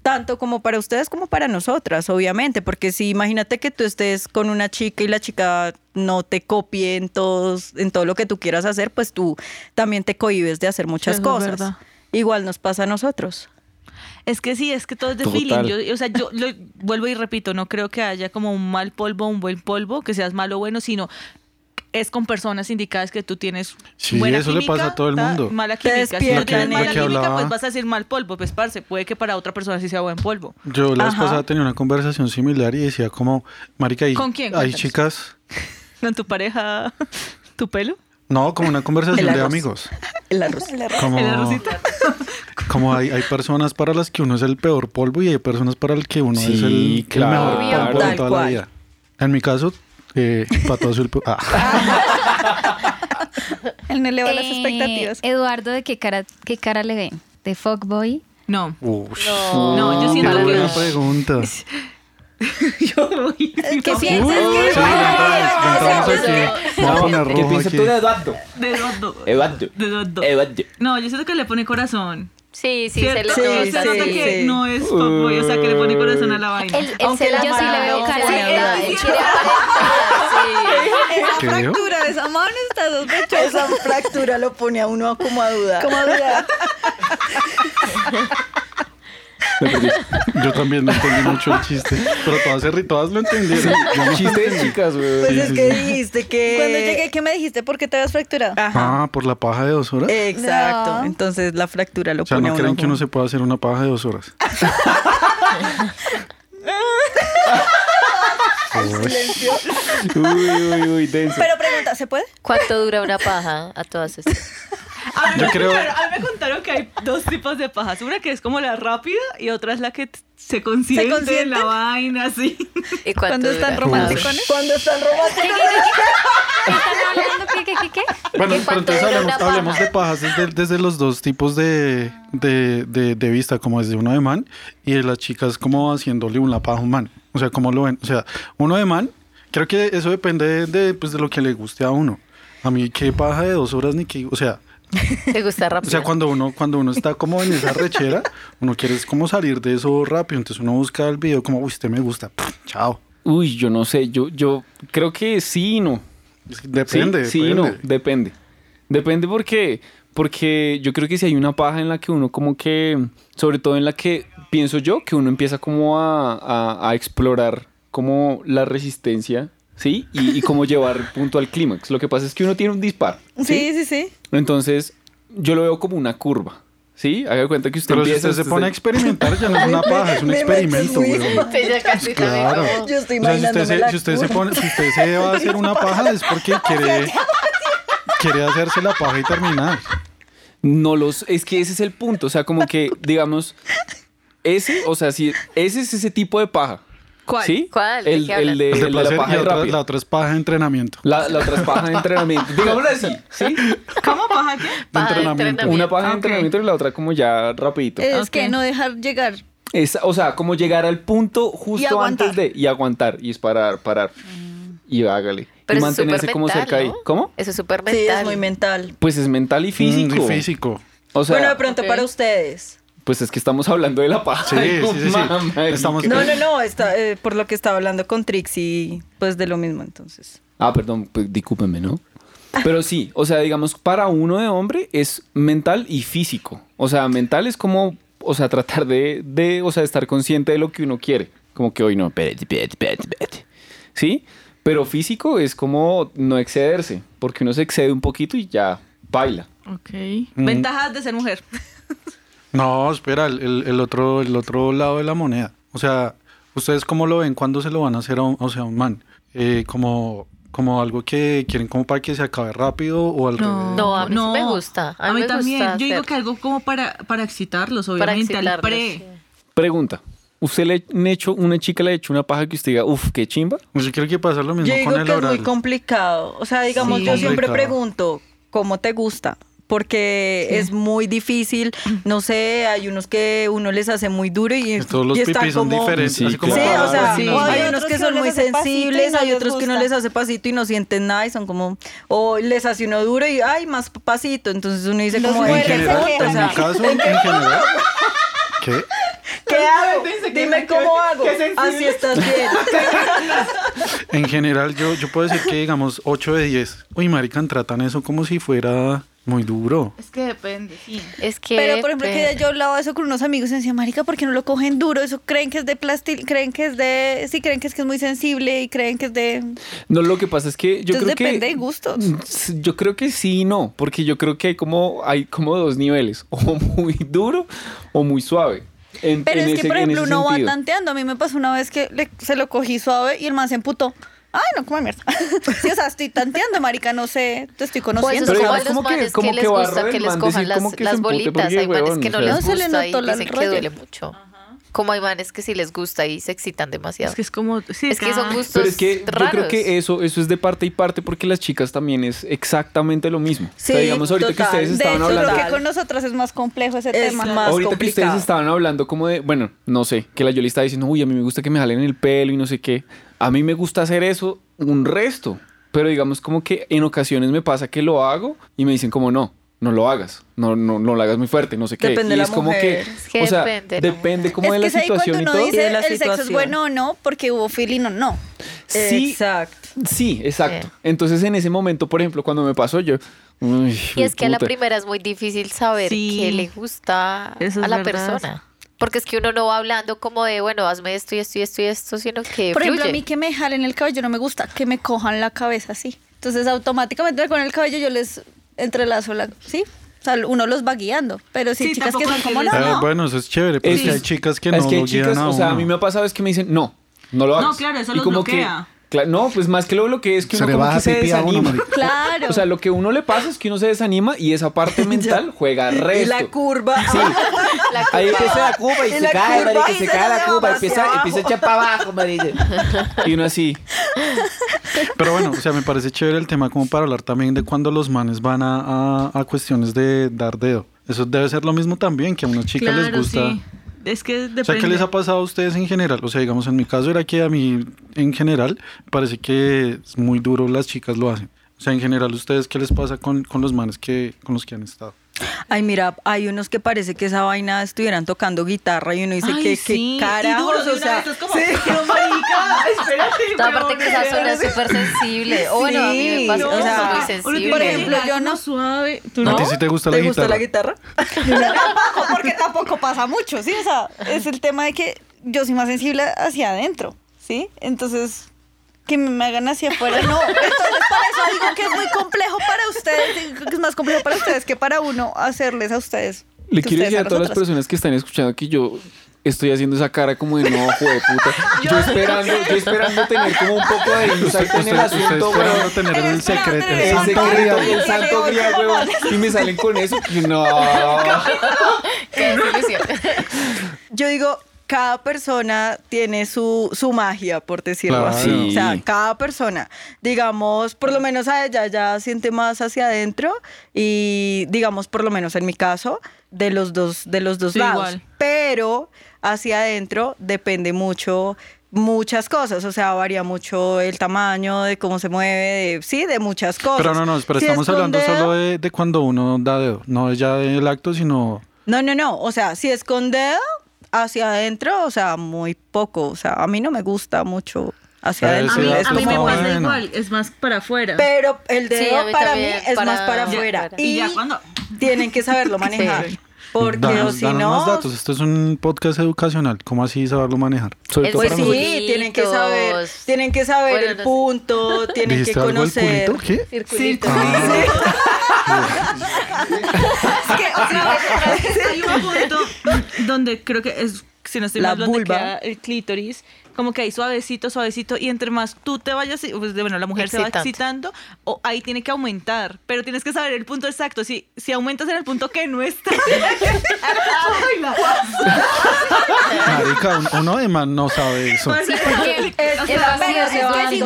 B: Tanto como para ustedes como para nosotras, obviamente, porque si imagínate que tú estés con una chica y la chica no te copie en, todos, en todo lo que tú quieras hacer, pues tú también te cohibes de hacer muchas
C: Eso es
B: cosas.
C: verdad.
B: Igual nos pasa a nosotros.
C: Es que sí, es que todo es de
A: Total.
C: feeling. Yo, o sea, yo lo, vuelvo y repito, no creo que haya como un mal polvo, un buen polvo, que seas malo o bueno, sino es con personas indicadas que tú tienes
D: Sí,
C: buena
D: eso le
C: química,
D: pasa a todo el
C: ta-
D: mundo.
C: mala
B: Te
C: química. Si
B: despiertan
C: no tienes
B: en-
C: mala
B: Lo
D: que
C: química,
D: hablaba.
C: pues vas a decir mal polvo, pues parce, puede que para otra persona sí sea buen polvo.
D: Yo la vez
B: Ajá.
D: pasada tenía una conversación similar y decía como, marica, hay,
C: ¿Con quién?
D: hay
C: Cuéntanos.
D: chicas...
C: Con tu pareja, tu pelo,
D: No, como una conversación
B: El
D: de
B: arroz.
D: amigos.
B: El arroz.
D: Como,
C: el arrocito.
D: como hay, hay personas para las que uno es el peor polvo y hay personas para las que uno
A: Sí,
D: es el, el
A: claro.
D: mejor polvo
B: Tal
D: de toda la
B: cual.
D: vida. En mi caso, eh, para todos el... pe- Ah.
H: Él no eleva las
G: Eh,
H: expectativas.
G: Eduardo, ¿de qué cara, qué cara le ven? ¿De fuckboy?
C: No.
D: Ush.
C: No, yo siento
D: Qué
C: que-
D: buena pregunta.
C: Yo
H: ¿Qué piensas
D: Uy,
H: que
D: Estamos aquí. Voy a poner
A: ¿Qué
D: rojo
A: piensas
D: aquí.
A: tú de Eduardo?
C: De los dos.
A: Eduardo.
C: De los dos.
A: Eduardo.
C: No, yo siento que le pone corazón.
E: Sí, sí, se
C: ¿Cierto?
E: le
C: Sí,
E: nota.
C: se nota
B: sí,
C: que
B: sí.
C: no es fuckboy, o sea, que le pone corazón a la vaina.
E: Él, él
G: Aunque
E: se la
G: yo sí
E: manda,
G: le veo
E: él se
G: cara
E: la
G: de-
E: manda, él quiere
H: esa
D: ¿Qué dijo?
H: fractura de esa mano está sospechosa.
B: Esa fractura lo pone a uno como a dudar.
H: Como duda.
D: Yo también no entendí mucho el chiste, pero todas, se ri- todas lo entendieron. Yo no
A: Chistes de
D: entendí.
A: chicas,
B: Pues
A: güey.
B: es que dijiste que.
H: Cuando llegué, ¿qué me dijiste? ¿Por qué te habías fracturado?
B: Ajá. Eh,
D: Ah, por la paja de dos horas.
B: Exacto.
H: No.
B: Entonces la fractura lo
D: o sea,
B: pone
D: no
B: a uno.
D: creen que
B: como-
D: uno se pueda hacer una paja de dos horas.
A: Uy, uy, uy, denso.
H: Pero pregunta, ¿se puede?
E: ¿Cuánto dura una paja a todas estas?
C: A mí,
D: Yo
C: me
D: creo-
C: contaron, a mí me contaron que hay dos tipos de pajas. Una que es como la rápida y otra es la que t- se consiente,
H: consienten?
C: la vaina, así.
E: ¿Y cuánto
H: Cuando están
E: dura?
H: románticos.
B: Cuando están
G: ¿Qué, qué,
B: robando.
G: qué, qué? ¿Están hablando? ¿Qué, qué, qué, qué?
D: Bueno,
E: ¿Y
D: pero
E: cuánto
D: entonces
E: dura
D: hablemos,
E: una
D: hablemos
E: paja?
D: de pajas desde, desde los dos tipos de, de, de- de vista, como desde uno de man y de las chicas como haciéndole una paja a un man. O sea, ¿cómo lo ven? O sea, uno de man, creo que eso depende de, pues, de lo que le guste a uno. A mí qué paja de dos horas ni que... O sea,
E: ¿Te gusta
D: O
E: rápido?
D: sea, cuando uno, cuando uno está como en esa rechera, uno quiere es como salir de eso rápido. Entonces uno busca el video como, uy, usted me gusta. Pff, Chao.
A: Uy, yo no sé. Yo, yo creo que sí y no.
D: Es que Depende.
A: Sí, sí y
D: depende.
A: no. Depende. Depende porque, porque yo creo que si hay una paja en la que uno como que, sobre todo en la que pienso yo, que uno empieza como a, a- a explorar como la resistencia, ¿sí? Y, y como llevar punto al clímax. Lo que pasa es que uno tiene un disparo.
H: Sí, sí, sí.
A: Entonces, yo lo veo como una curva. ¿Sí? Haga de cuenta que usted
D: Pero si
A: empieza...
D: usted se
A: usted
D: pone a
A: se-
D: experimentar, ya no es una paja, es un
B: Me- me-
D: experimento,
B: sí.
D: güey.
E: Usted ya casi también
D: Claro.
E: como-
B: Yo estoy
D: O sea, si usted,
B: imaginándome
D: se,
B: la
D: si usted se
B: curva.
D: pone, si usted se va a hacer una paja es porque quiere, quiere hacerse la paja y terminar.
A: No los... Es que ese es el punto. O sea, como que, digamos, ese, o sea, si ese es ese tipo de paja.
C: ¿Cuál?
A: ¿Sí?
E: ¿Cuál? ¿De
A: El,
E: qué
A: el de,
D: El de
A: el de Eh, la
D: placer
A: paja
D: y otra-
A: rápida.
D: la otra es paja de entrenamiento.
A: La, la otra es paja de entrenamiento. Digámoslo así, ¿sí?
C: ¿Cómo paja qué?
D: De
E: Paja de
D: entrenamiento.
E: entrenamiento.
A: Una paja de
C: Ok.
A: entrenamiento y la otra como ya rapidito.
E: Eh.
H: Es
C: Ok.
H: que no dejar llegar.
A: Es, o sea, como llegar al punto justo
H: aguantar.
A: antes de... Y aguantar. Y es parar, parar. Y hágale.
E: Mm.
A: y
E: Pero eso es súper
A: mantenerse como
E: mental,
A: cerca ahí.
E: ¿no?
A: ¿Cómo?
E: Eso es súper
B: Sí,
E: mental.
B: es muy mental.
A: Pues es mental y físico.
D: Mm, y físico.
A: O sea,
B: bueno, de pronto
E: ok.
B: para ustedes.
A: Pues es que estamos hablando de la paja.
D: Sí, sí, sí, sí.
A: Mamá,
D: Estamos-
A: marica.
B: No, no, no. Está, eh, por lo que estaba hablando con Trixie, pues de lo mismo entonces.
A: Ah, perdón, pues, discúlpeme, ¿no? Pero sí, o sea, digamos, para uno de hombre es mental y físico. O sea, mental es como, o sea, tratar de, de o sea, estar consciente de lo que uno quiere. Como que hoy no, espérate, espérate, espérate, espérate. ¿Sí? Pero físico es como no excederse, porque uno se excede un poquito y ya baila.
C: Ok. Ventajas de ser mujer.
D: No, espera, el, el- el otro, el otro lado de la moneda. O sea, ¿ustedes cómo lo ven? ¿Cuándo se lo van a hacer a un, o sea, a un man? Eh, como, como algo que quieren como para que se acabe rápido o al revés.
E: No, a mí sí me gusta. A mí me
C: también.
E: gusta
C: Yo digo
E: hacer-
C: que algo como para, para excitarlos,
E: para
C: obviamente. al
E: excitarlos,
C: pre.
E: sí.
A: Pregunta. ¿Usted le han hecho, una chica le ha hecho una paja que usted diga, uff, qué chimba?
D: Yo quiero que pase lo mismo
B: Yo digo
D: con el
B: que es muy
D: oral.
B: complicado. O sea, digamos,
C: Sí.
B: yo siempre
D: Complicado.
B: pregunto, ¿cómo te gusta? Porque
H: Eh,
B: es muy difícil. No sé, hay unos que uno les hace muy duro y,
D: Que Todos los
B: y están
D: pipis son
B: como-
D: diferentes.
A: Sí,
D: así como
B: Sí,
D: para-
B: o sea,
C: Sí.
B: o hay
H: Hay
B: unos
H: otros
B: que
H: que
B: son
H: uno
B: muy
H: les hace pasito y
B: sensibles,
H: no
B: hay
H: les
B: otros que uno
H: gusta.
B: les hace pasito y no sienten nada y son como, o les hace uno duro y, ay, más pasito. Entonces uno dice
H: Los
B: como,
D: en
H: mujeres
B: "Ay, qué
D: general,
B: puta", o
D: en
B: sea,
D: mi caso, en general. ¿Qué?
B: ¿qué hago? Dime cómo hago. Así estás bien.
D: En general, yo, yo puedo decir que digamos 8 de 10. Uy, marican, tratan eso como si fuera muy duro.
C: Es que depende, sí.
E: Es que...
H: eh, Pero, por ejemplo, que
E: pe-
H: yo hablaba eso con unos amigos y decía, marica, ¿por qué no lo cogen duro? Eso creen que es de plástico, creen que es de... Sí, creen que es que es muy sensible y creen que es de...
A: No, lo que pasa es que yo
H: Entonces,
A: creo que...
H: depende de gustos.
A: S- Yo creo que sí y no, porque yo creo que hay como, hay como dos niveles, o muy duro o muy suave. En-
H: Pero
A: en
H: es
A: ese-
H: que, por
A: en
H: ejemplo,
A: ese
H: uno va
A: sentido.
H: tanteando. A mí me pasó una vez que le- se lo cogí suave y el man se emputó. Ay, no, como mierda. sí, o sea, estoy tanteando, marica, no sé, te estoy conociendo.
A: Pero igual
E: Pues es como
A: como
E: a
A: que-
E: los manes
A: como
E: que
A: que
E: les
A: barrer
E: gusta
A: el
E: que les
A: man,
E: cojan
A: decir como
E: las,
A: que se
E: las
A: empute,
E: bolitas.
A: porque,
E: Hay manes
A: weón,
E: que
A: o
E: no
A: sea,
E: les
H: no se le
E: gusta y
H: notó el
E: dicen que
H: rollo.
E: duele mucho. Como hay manes que sí les gusta y se excitan demasiado.
C: Es que es como. sí,
E: Es que
C: está-
E: son gustos
A: ah. Pero es que yo
E: raros.
A: creo que eso, eso es de parte y parte porque las chicas también es exactamente lo mismo. o sea,
B: Sí,
A: digamos ahorita
B: total.
A: que ustedes
B: De
A: estaban
H: hecho,
A: hablando.
H: creo que con nosotras es más complejo ese
B: Es
H: tema.
B: más
A: Ahorita que ustedes
B: complicado.
A: estaban hablando como de, bueno, no sé, que la Yoli estaba diciendo, uy, a mí me gusta que me jalen el pelo y no sé qué. A mí me gusta hacer eso un resto, pero digamos como que en ocasiones me pasa que lo hago y me dicen como no. No lo hagas, no, no, no lo hagas muy fuerte, no sé qué.
B: Depende
A: y
B: de la
A: es como que,
B: mujer.
E: que
A: o sea,
E: depende de la
A: depende como de
H: es
A: la
H: que es ahí cuando
A: situación y
H: uno
A: todo.
B: Y
H: dice
B: de la
H: el sexo es
B: situación.
H: bueno o no, porque hubo feeling o no.
A: Sí,
B: Exacto.
A: Sí, exacto.
E: Sí.
A: Entonces en ese momento, por ejemplo, cuando me pasó yo... uy,
E: Y es que a la
A: puta.
E: primera es muy difícil saber
C: Sí.
E: qué le gusta
C: Eso es
E: a la
C: verdad.
E: persona. Porque es que uno no va hablando como de, bueno, hazme esto y esto y esto y esto, sino que
H: Por ejemplo, a
E: Eh, fluye.
H: mí que me jalen el cabello no me gusta, que me cojan la cabeza así. Entonces, automáticamente con el cabello yo les entrelazo la. ¿Sí? O sea, uno los va guiando. Pero si
C: Sí,
H: chicas que
C: tampoco
H: son
C: es
H: como
C: que
H: no,
C: les-
D: Eh,
H: no.
D: Bueno, eso es chévere, pero es
A: Sí.
D: que hay chicas que
A: es
D: no
A: que hay
D: lo guían
A: chicas,
D: a
A: o sea, a
D: uno.
A: mí me ha pasado es que me dicen, no, no lo
C: No,
A: hagas.
C: claro, eso
A: Y
C: los
A: como
C: bloquea.
A: Que, cla- no, pues más que lo bloquea es que
D: Se
A: uno
D: le
A: como
D: baja
A: que se
D: pipí a uno,
A: desanima.
D: marica.
H: Claro.
A: O sea, lo que uno le pasa es que uno se desanima y esa parte mental juega
B: Y
A: resto.
B: la curva.
A: Sí. Ahí empieza la curva y,
B: Y
A: se
B: la
A: cae,
B: curva
A: marica,
B: y
A: se
B: se
A: cae
B: nos
A: la
B: va
A: curva,
B: hacia
A: empieza,
B: abajo.
A: empieza a echar para abajo, marica. Y uno así.
D: Pero bueno, o sea, me parece chévere el tema como para hablar también de cuando los manes van a, a- a cuestiones de dar dedo. Eso debe ser lo mismo también, que a unas chicas les
C: Claro,
D: gusta.
C: sí. Es que depende.
D: O sea, ¿qué les ha pasado a ustedes en general? O sea, digamos, en mi caso era que a mí, en general, parece que es muy duro las chicas lo hacen. O sea, en general, ¿ustedes qué les pasa con, con los manes que, con los que han estado?
B: Ay, mira, hay unos que parece que esa vaina estuvieran tocando guitarra y uno dice
C: Ay,
B: que
C: sí.
B: qué carajos,
C: Y duro de
B: o
C: una
B: sea,
C: vez, es como,
B: sí.
C: pero, marica, espérate,
E: Toda
C: pero
E: parte que
C: no
E: esa zona es
C: sé.
E: súper sensible. O bueno, a mí me
B: Sí,
E: pasa
B: no,
E: que
B: o sea,
E: soy muy
B: uno
E: sensible.
C: Por ejemplo, yo no
H: no-
C: suave. ¿Tú
D: ¿A
C: no?
D: ti sí te gusta la
B: ¿Te gusta
D: guitarra?
B: la guitarra?
H: tampoco, porque tampoco pasa mucho, ¿sí? O sea, es el tema de que yo soy más sensible hacia adentro, ¿sí? Entonces, que me hagan hacia afuera, no. Entonces, por eso digo que es muy complejo para ustedes, digo que es más complejo para ustedes que para uno hacerles a ustedes.
A: Le
H: que
A: quiero
H: ustedes
A: decir a todas las
H: nosotras.
A: personas que están escuchando que yo estoy haciendo esa cara como de no, hijo de puta. Yo esperando, yo esperando tener como un poco de insight en el
D: Ustedes- ustedes
A: asunto,
D: esperando
A: weón.
D: tener el secreto.
A: El
D: santo
A: secreto,
D: grial.
A: el santo grial, weón. Y me salen con eso. y yo, No.
E: Qué desilusión.
B: Yo digo, cada persona tiene su, su magia, por decirlo
D: Claro.
B: así. O sea,
A: Sí.
B: cada persona, digamos, por lo menos a ella ya siente más hacia adentro y, digamos, por lo menos en mi caso, de los dos, de los dos
C: Sí,
B: lados.
C: igual.
B: Pero hacia adentro depende mucho muchas cosas, o sea, varía mucho el tamaño, de cómo se mueve, de, sí, de muchas cosas.
D: Pero no, no, pero
B: Si es
D: estamos
B: con
D: hablando
B: dedo-
D: solo de, de cuando uno da dedo. No es ya del acto, sino...
B: No, no, no. O sea, si es con dedo hacia adentro, o sea, muy poco. O sea, a mí no me gusta mucho hacia
D: Ah,
C: A
B: adentro.
C: mí,
D: Sí,
B: Es
C: a mí me
B: como-
D: bueno.
C: pasa igual, es más para afuera.
B: Pero el dedo
E: Sí, a mí
B: para
E: también,
B: mí es
E: para-
B: más para
E: Ya,
B: afuera.
E: para-
B: Y,
C: Y ya cuando-
B: tienen que saberlo manejar. Porque o
D: Danos,
B: si
D: danos
B: no.
D: más datos. Esto es un podcast educacional. ¿Cómo así saberlo manejar?
A: Sobre
E: Es
A: todo
B: Pues
A: para
B: sí,
A: mujeres.
B: tienen que saber,
E: Circulitos.
B: tienen que saber
E: Bueno,
B: el
E: no sé.
B: punto, tienen que
D: ¿Dijiste algo del
B: conocer.
D: culito? ¿Qué? Ah,
E: Circulito.
H: Es que otra vez, otra vez.
C: Hay un punto donde creo que es, si no estoy
B: La
C: mal, donde
B: vulva.
C: queda el clítoris, como que ahí suavecito, suavecito, y entre más tú te vayas, y, pues, de- bueno, la mujer se va
E: Excitante.
C: excitando, o ahí tiene que aumentar, pero tienes que saber el punto exacto. Si, si aumentas en el punto que no está,
D: Marica, un- uno de man no sabe
B: Pues,
D: eso.
C: Más bien,
B: Es, pero
G: El vacío se
B: es
G: va
B: que es
G: dando
B: igual que ustedes,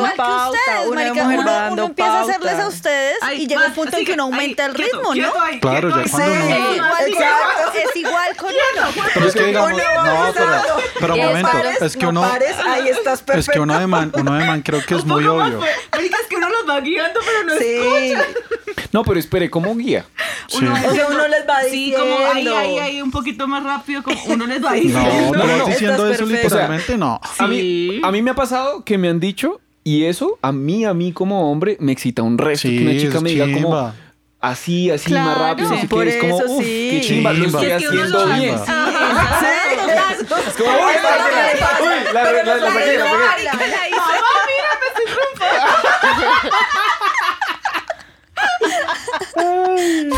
H: ustedes,
B: marica, uno va
H: marica, uno, uno
B: dando
H: empieza a hacerles
B: pauta.
H: a ustedes
C: ahí,
H: y llega
C: más,
H: un punto
C: así
H: en que uno
C: ahí,
H: aumenta el
C: quieto,
H: ritmo,
C: quieto
H: ¿no?
C: ahí,
D: Claro,
C: quieto
D: ya
C: ahí.
D: cuando uno-
H: Sí,
C: Más
H: exacto, es igual con uno.
D: Pero es que digamos, no, pero, pero
E: Y
D: un
E: es
D: momento,
E: pares,
D: es que
B: no
D: uno,
B: pares, ahí estás
D: es que
B: perfecto.
D: uno de man, uno de man creo que es
C: Un
D: muy
C: poco más,
D: obvio.
C: pues, marica, es que uno los va guiando, pero no es
B: Sí,
A: No, pero espere, ¿cómo guía?
D: Sí.
C: va
B: O sea, uno les va
C: Sí, como ahí,
B: diciendo.
C: ahí, ahí, un poquito más rápido, como uno les va diciendo.
D: No,
A: no,
D: pero
A: no,
D: diciendo
B: estás
D: eso
B: perfecto.
D: literalmente no.
A: A, mí,
C: Sí.
A: a mí me ha pasado que me han dicho, y eso a mí, a mí como hombre, me excita un resto. que una
D: Sí,
A: chica
D: es
A: me diga
D: chimba.
A: como así, así, más
C: Claro.
A: rápido. Así
B: Por
A: que es como,
B: eso
A: uff,
B: sí.
A: qué chimba, lo
D: Chimba.
A: estoy
D: Es que uno
A: haciendo
D: lo
A: bien.
D: hace.
A: Es como, uy, la- la- la- la- la saqué, la saqué.
B: Oh,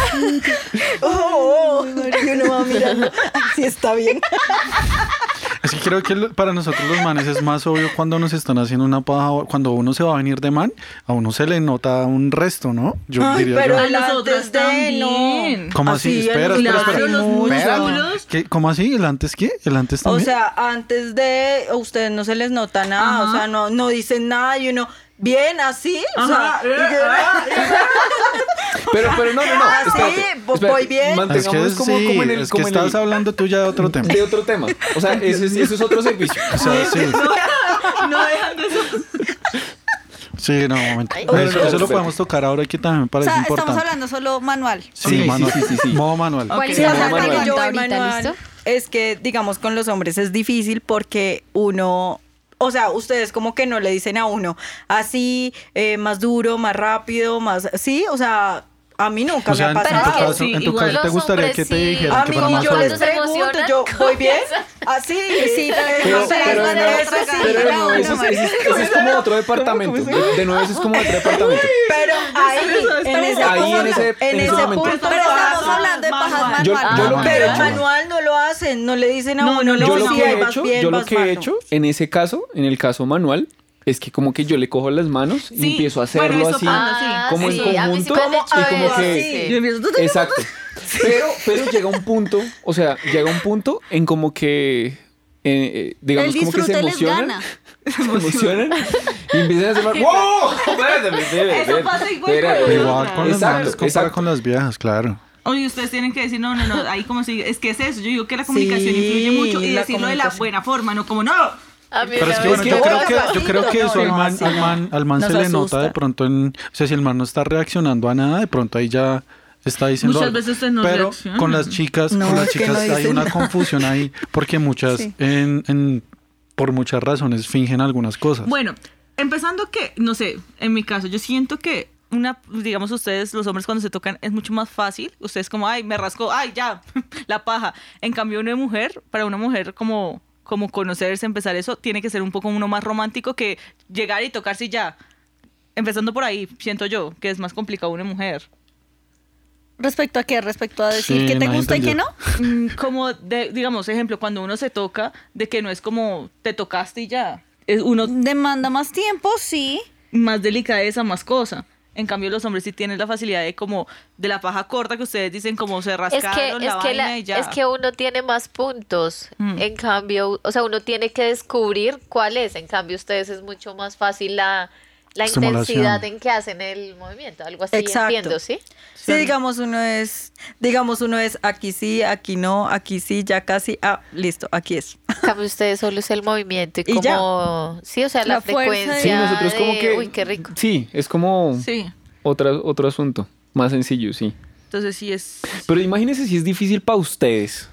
B: oh, oh. Y uno va mirando. Ay, Sí, está bien.
D: Es que creo que lo- para nosotros los manes es más obvio cuando nos están haciendo una paja, o cuando uno se va a venir de man, a uno se le nota un resto, ¿no? Yo
B: Ay,
D: diría
B: pero
D: yo.
C: A
B: el
C: nosotras
B: antes de, no.
C: también.
D: ¿Cómo así?
B: así,
D: Espera,
B: el-
D: espera, espera.
C: Claro, los
D: Espera.
C: músculos.
D: ¿Qué? ¿Cómo así? ¿El antes qué? ¿El antes
B: O
D: también? Ah,
B: sea, antes de a ustedes no se les nota nada, o sea, no, no dicen nada y uno, bien, así, o sea,
C: Ajá.
B: y que-
A: Pero, pero no, no, no.
B: Ah, sí,
A: espérate,
B: voy
A: espérate,
B: bien.
A: Mantengámonos
D: es que
A: como,
D: sí,
A: como en el.
D: es que
A: como en el-
D: estás hablando tú ya de otro tema.
A: de otro tema. O sea, eso es, eso es otro servicio.
D: O sea, sí,
C: No dejando eso.
D: sí, no, un momento.
E: Ay,
D: Eso,
A: no, no,
D: eso lo
A: espérate.
D: podemos tocar ahora que también
H: O
D: parece
H: sea, estamos
D: importante.
H: hablando solo manual.
A: Sí, sí,
D: manual.
A: sí, sí, sí.
D: Modo manual.
G: ¿Cuál
B: Sí,
G: es
A: Sí,
B: o
G: la
A: como
B: sea,
A: manual.
B: que yo
G: pregunta
B: voy
G: ahorita,
B: manual
G: listo?
B: es que, digamos, con los hombres es difícil porque uno, o sea, ustedes como que no le dicen a uno así, eh, más duro, más rápido, más, sí, o sea, a mí nunca
D: O sea,
B: me
D: en,
B: ha
D: en tu
E: Pero es que
B: pasado.
D: caso,
C: sí,
D: en tu
C: igual
D: caso te
E: los
D: gustaría que
E: hombres
D: te
E: sí.
D: dijeran
B: A
D: que
B: mí
D: fuera
E: como
D: más
B: Ah, yo
E: cuando
B: les
D: rápido.
E: se
B: pregunto,
E: emocionan
B: yo, ¿voy bien?
E: cosas.
B: Así, sí,
A: Pero,
B: o sea,
A: pero de
B: eso
A: nuevo,
B: sí,
A: pero de nuevo,
B: bravo,
A: eso,
B: no,
A: es- eso es- eso es como otro departamento. De, de nuevo, eso es como otro departamento.
B: Pero ahí, en ese,
A: Ahí,
B: punto,
A: en ese- en ese momento.
B: punto,
H: Pero estamos
B: pasa.
H: hablando de pajas
C: Manual.
H: manual.
A: Yo, yo lo
E: Ah,
A: que
B: Pero
A: he
B: el
A: hecho-
B: manual no lo hacen, no le dicen a
C: No,
B: uno,
C: no, no,
A: yo lo
C: sí,
A: que
B: ahí
A: he
B: vas
A: hecho,
B: bien,
A: yo lo
B: vas
A: que
B: mal,
A: he
B: no.
A: hecho en ese caso, en el caso manual, es que como que yo le cojo las manos y
C: Sí,
A: empiezo a
C: bueno,
A: hacerlo
C: eso
A: así.
C: pasa.
A: como en
E: a mí Ah, sí me han
A: conjunto,
E: hecho
A: y como
E: eso,
A: que-
E: sí.
C: Yo empiezo,
A: Exacto. Pero, pero llega un punto, o sea, llega un punto en como que, eh, eh, digamos,
H: El
A: como que se
H: disfrute les
A: emocionan.
H: gana.
A: Se emocionan y empiezan a hacer ¡Wow! Espérate, espérate,
C: Eso pasa
A: espérate,
C: igual
A: espérate".
C: con
D: Igual con las
A: Exacto,
D: manos, compara
A: exacto.
D: con las viejas, claro.
C: Oye, ustedes tienen que decir, no, no, no, ahí como si, es que es eso, yo digo que la comunicación
B: Sí,
C: influye mucho y
B: la
C: decirlo de la
B: comunicación.
C: buena forma, no como no.
E: A mí
D: Pero es
E: una
D: que
E: vez
D: bueno,
A: que
D: yo
A: vos
D: creo
A: vas
D: que, yo
B: pasito,
D: creo que
B: no,
D: eso al
B: no,
D: man,
B: así
D: al
B: no.
D: man, al man se
B: Nos
D: le
B: asusta.
D: nota de pronto en, o sea, si el man no está reaccionando a nada, de pronto ahí ya está diciendo.
C: Muchas
D: algo.
C: veces ustedes no
D: Pero
C: reaccionan.
D: con las chicas,
B: No,
D: con las
B: es que no
D: chicas hay
B: dicen
D: una
B: nada.
D: confusión ahí, porque muchas
B: Sí.
D: en, en- por muchas razones fingen algunas cosas.
C: Bueno, empezando que, no sé, en mi caso, yo siento que una, digamos ustedes, los hombres cuando se tocan es mucho más fácil. Ustedes como, ay, me rascó, ay, ya, la paja. En cambio, una mujer, para una mujer como, como conocerse, empezar eso, tiene que ser un poco uno más romántico que llegar y tocarse y ya. Empezando por ahí, siento yo que es más complicado una mujer.
H: ¿Respecto a qué? ¿Respecto a decir
D: Sí,
H: que te
D: nadie
H: gusta y que
D: entendió.
H: no?
C: Mm, como de- digamos ejemplo cuando uno se toca de que no es como te tocaste y ya es uno
H: Demanda más tiempo, sí.
C: más delicadeza más cosa en cambio los hombres sí tienen la facilidad de como de la paja corta que ustedes dicen como se
E: Es que,
C: rascaron
E: es,
C: la
E: que
C: vaina
E: la-
C: y ya
E: es que uno tiene más puntos.
C: Mm.
E: En cambio, o sea, uno tiene que descubrir cuál es. En cambio, ustedes es mucho más fácil la, la
D: Estimulación.
E: intensidad en que hacen el movimiento. Algo así
B: Exacto.
E: entiendo, ¿sí?
B: Sí, digamos uno es, digamos uno es aquí sí, aquí no, aquí sí, ya casi, ah, listo, aquí es.
E: En cambio, ustedes solo es el movimiento y,
B: Y ya.
E: como... Sí, o sea, la,
G: La fuerza de-
E: frecuencia
A: Sí, nosotros como
E: de-
A: que.
E: Uy, qué rico.
A: Sí, es como
C: sí
A: otra, otro asunto. Más sencillo, sí.
C: entonces sí es
A: Pero imagínense si es difícil para ustedes.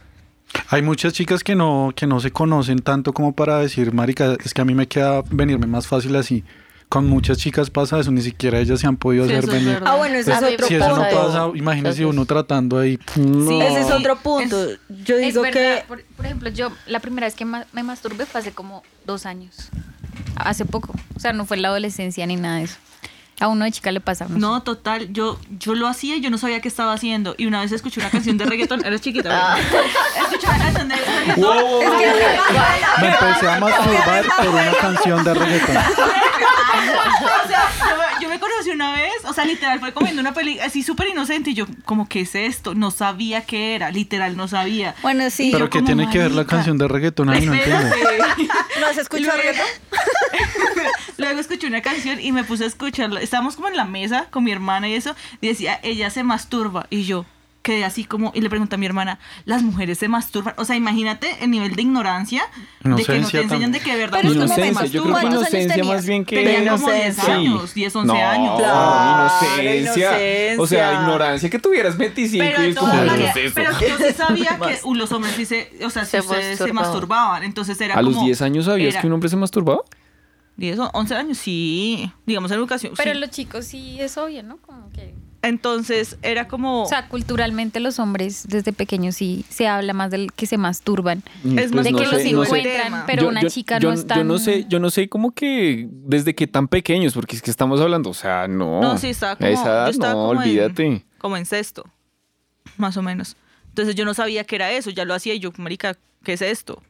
D: Hay muchas chicas que no, que no se conocen tanto como para decir, marica, es que a mí me queda venirme más fácil así. Con muchas chicas pasa eso, ni siquiera ellas se han podido
C: Sí,
D: hacer
C: eso es
D: venir. Pues,
C: verdad.
B: Ah, bueno, ese
E: A
B: es
E: mí
B: otro
D: Si
E: me
D: eso no
E: Punto.
D: pasa,
B: punto.
D: imagínese
E: Entonces-
D: uno tratando ahí.
C: Sí.
B: Ese es otro punto. Yo
G: Es
B: digo
G: verdad,
B: que
G: por, por ejemplo, yo la primera vez que ma- me masturbé fue hace como dos años. Hace poco. O sea, no fue en la adolescencia ni nada de eso. A uno de chica le pasa. No. sé.
C: no total yo yo lo hacía y yo no sabía qué estaba haciendo y una vez escuché una canción de reggaetón eres chiquita ¿verdad?
B: Ah.
C: escuché una canción de reggaetón
D: Me empecé a masturbar por una canción de reggaetón.
C: O sea, yo, yo me conocí una vez, o sea, literal, fue comiendo una película así súper inocente y yo, como, ¿qué es esto? No sabía qué era, literal, no sabía.
H: Bueno, sí.
C: Y
D: Pero
C: yo
D: que
C: como,
D: tiene que ver la
C: "Marica".
D: canción de reggaetón, ahí no entiendo.
C: Espérate.
H: ¿No se escucha
C: Luego-
H: reggaetón?
C: Luego escuché una canción y me puse a escucharla. Estábamos como en la mesa con mi hermana y eso, y decía, ella se masturba. Y yo quedé así como, y le pregunté a mi hermana, ¿las mujeres se masturban? O sea, imagínate el nivel de ignorancia de que no te
D: Inocencia
C: enseñan
D: también.
C: de que de verdad no
H: Pero es que
A: Inocencia,
H: ¿cuántos
A: yo creo que
H: años
A: inocencia
H: tenías?
A: más bien que.
C: Tenía como 10
A: Sí.
C: años, 10, 11
A: No,
C: años.
B: Claro,
A: inocencia. O sea,
B: inocencia.
A: ignorancia que tuvieras 25
C: Pero,
A: y
C: de
A: es como,
C: todas
A: ¿qué
C: maneras-
A: es eso?
C: pero yo sí sabía que uh, los hombres sí se, o sea, sí
E: Se
C: ustedes se
E: masturbaban.
C: masturbaban. Entonces era
A: ¿A los
C: como-
A: 10 años sabías
C: era-
A: que un hombre se masturbaba?
C: 10 o 11 años, sí. Digamos en educación.
G: Pero
C: sí.
G: los chicos sí es obvio, ¿no? Como que...
C: Entonces era como.
G: O sea, culturalmente los hombres desde pequeños sí se habla más del que se masturban.
A: Pues
C: más
G: de
A: no
G: que
A: sé, no
G: los
A: sé.
G: encuentran,
C: Tema.
G: pero
A: Yo-
G: una
A: yo-
G: chica
A: yo,
G: no está.
A: Yo no sé, yo no sé cómo que desde que tan pequeños, porque es que estamos hablando, o sea, no.
C: no, sí, estaba como.
A: Ah, A esa edad,
C: yo estaba
A: no,
C: como
A: olvídate.
C: En, como en sexto, más o menos. Entonces yo no sabía qué era eso. Ya lo hacía y yo, Marica, ¿qué es esto?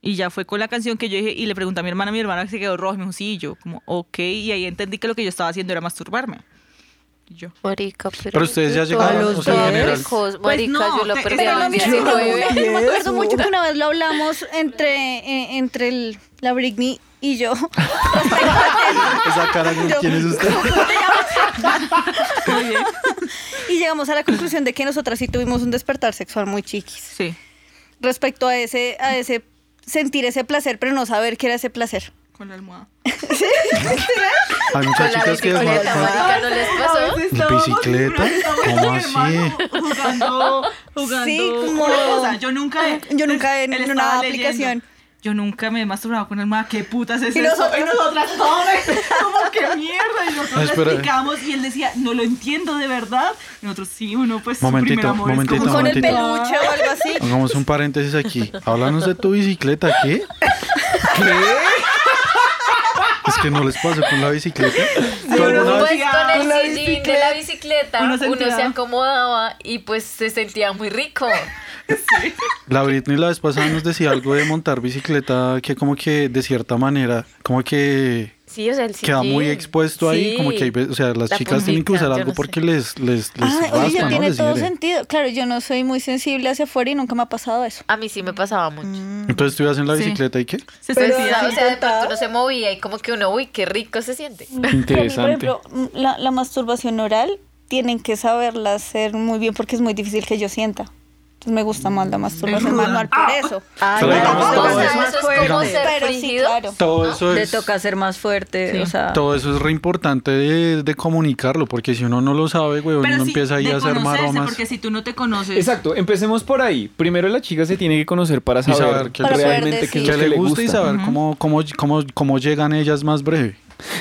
C: Y ya fue con la canción que yo dije, y le pregunté a mi hermana, mi hermana se quedó roja, y me dijo, sí, y yo, como, ok, y ahí entendí que lo que yo estaba haciendo era masturbarme. Y yo.
E: Marica, pero.
D: Pero ustedes ya llegaron,
B: los
D: o sea, en
B: dos.
D: general.
E: Marica,
C: no,
E: yo lo
C: te-
E: perdí
C: pero
E: a
H: Pero
E: los
C: no,
H: mira,
C: mira,
H: yo me
E: 19.
H: acuerdo- yo me acuerdo mucho que una vez lo hablamos entre, eh, entre el- la Britney y yo.
D: Esa cara,
H: Yo-
D: ¿quién es usted?
H: Y llegamos a la conclusión de que nosotras sí tuvimos un despertar sexual muy chiquis.
C: Sí.
H: Respecto a ese, a ese sentir ese placer, pero no saber qué era ese placer.
C: Con la almohada.
D: Hay
E: Con
D: muchas
E: la
D: chicas que...
E: bicicleta, marica, ¿no les pasó?
H: Pues,
D: ¿La bicicleta? ¿Cómo así?
C: Jugando, jugando.
H: Sí, como-
C: una cosa, Yo nunca. pues,
H: Yo nunca
C: él
H: en
C: estaba
H: una
C: leyendo.
H: aplicación.
C: Yo nunca me he masturbado con almohada. ¿Qué putas es
H: Y
C: eso?
H: nosotros- y
C: nosotras jóvenes. Como que mierda. Y nosotros
D: Espera.
C: explicamos y él decía, no lo entiendo de verdad. Y nosotros sí, uno pues. su
D: Momentito,
C: primer amor es
D: momentito,
C: como-
H: Con el
D: momentito.
H: peluche o algo así.
D: Hagamos un paréntesis aquí. Háblanos de tu bicicleta, ¿qué? ¿Qué? Es que no les pasó con la bicicleta. ¿Tú alguna vez-
E: Pues con el
C: Con
E: sillín
C: la
E: de
C: bicicleta.
E: la bicicleta
C: Uno
E: uno,
C: sentía-
E: se acomodaba y pues se sentía muy rico.
D: La Britney la vez pasada nos decía algo de montar bicicleta que como que de cierta manera, como que
E: Sí, o sea, el sillín.
D: queda muy expuesto ahí,
E: Sí.
D: como que hay ve- o sea, las
E: La
D: chicas tienen que
E: puntica,
D: usar
E: yo
D: algo
E: no
D: porque
E: sé.
D: les les les
H: Ah,
D: raspa,
H: oye,
D: Pues, ¿no?
H: tiene
D: Les
H: todo
D: hiere.
H: sentido. Claro, yo no soy muy sensible hacia afuera y nunca me ha pasado eso.
E: A mí sí me pasaba mucho.
D: Entonces tú ibas en la
C: Sí.
D: bicicleta y qué?
C: Se
E: Pero,
C: sentía-
E: o sea, de
H: contaba.
E: pronto uno se movía y como que uno, uy, qué rico se siente.
A: Interesante.
H: Por ejemplo, mm, la, la masturbación oral tienen que saberla hacer muy bien porque es muy difícil que yo sienta. Entonces me gusta más la masturbación
C: ruda.
H: manual por eso.
B: Ah.
D: Pero
H: no,
D: digamos,
H: tampoco
D: todo
H: se
D: eso-
H: ve
E: eso es
H: fuerte,
E: como ser
H: pero sí,
E: frígido.
H: claro.
D: Todo eso
B: Le
D: es
B: toca ser más fuerte,
C: Sí.
B: o sea.
D: todo eso es re importante de, de comunicarlo, porque si uno no lo sabe, güey, uno
C: Pero sí,
D: empieza ahí
C: de
D: a hacer
C: conocerse,
D: maromas.
C: Porque si tú no te conoces.
A: Exacto, empecemos por ahí. Primero la chica se tiene que conocer para saber,
D: saber qué
H: le-
A: realmente qué es
D: Que
A: lo
D: le gusta y saber cómo, cómo, cómo, cómo llegan ellas más breve.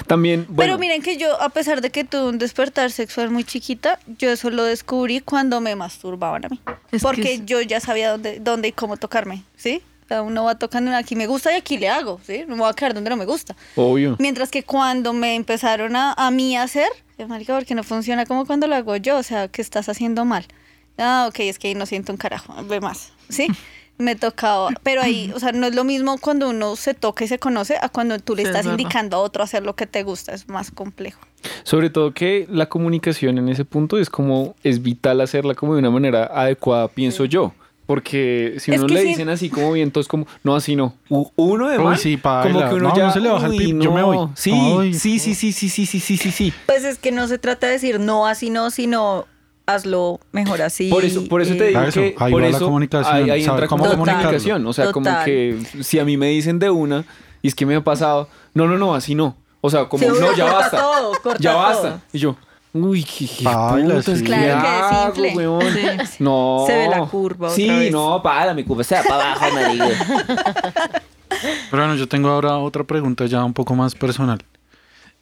A: También, bueno,
H: Pero miren que yo, a pesar de que tuve un despertar sexual muy chiquita, yo eso lo descubrí cuando me masturbaban a mí.
C: Es que
H: porque
C: es-
H: yo ya sabía dónde, dónde y cómo tocarme, ¿sí? O sea, uno va tocando aquí me gusta y aquí le hago, ¿sí? No me voy a quedar donde no me gusta.
A: obvio.
H: Mientras que cuando me empezaron a, a mí a hacer, yo, marica, porque no funciona como cuando lo hago yo, o sea, que estás haciendo mal. Ah, ok, es que ahí no siento un carajo, ve más, ¿sí? Me tocaba, pero ahí, o sea, no es lo mismo cuando uno se toca y se conoce a cuando tú le
C: Sí, es
H: estás
C: verdad.
H: indicando a otro hacer lo que te gusta, es más complejo.
A: Sobre todo que la comunicación en ese punto es como, es vital hacerla como de una manera adecuada, pienso yo. Porque si
H: Es
A: uno
H: que
A: le
H: sí.
A: dicen así como bien, entonces como, no, así no. U- Uno de
D: Uy,
A: más,
D: sí, paila.
A: como que uno
D: No,
A: ya...
D: no se le baja el
A: uy,
D: pip, yo me voy.
A: Sí,
D: Ay.
A: sí, sí, sí, sí, sí, sí, sí, sí, sí.
B: Pues es que no se trata de decir no así no, sino hazlo mejor así.
A: Por eso, por eso
B: eh,
A: te digo
D: Ah, eso,
A: que
D: ahí
A: por
D: va la
A: eso
D: comunicación,
A: ahí, ahí
D: saber
A: entra
D: cómo
A: como la
B: comunicarlo.
A: comunicación. O sea, como
B: Total.
A: que si a mí me dicen de una, y es que me ha pasado, no, no, no, así no. O sea, como,
B: Sí, uno
A: no, ya
B: corta
A: basta.
B: todo, corta
A: ya
B: todo.
A: basta. Y yo, uy, qué, qué
D: Paila,
A: putas, ¿qué
D: sí.
B: Claro que
A: hago,
B: simple.
A: weón? No.
B: Se ve la curva
A: Sí,
B: otra vez.
A: no, para mi curva, sea para abajo, marido.
D: Pero bueno, yo tengo ahora otra pregunta ya un poco más personal.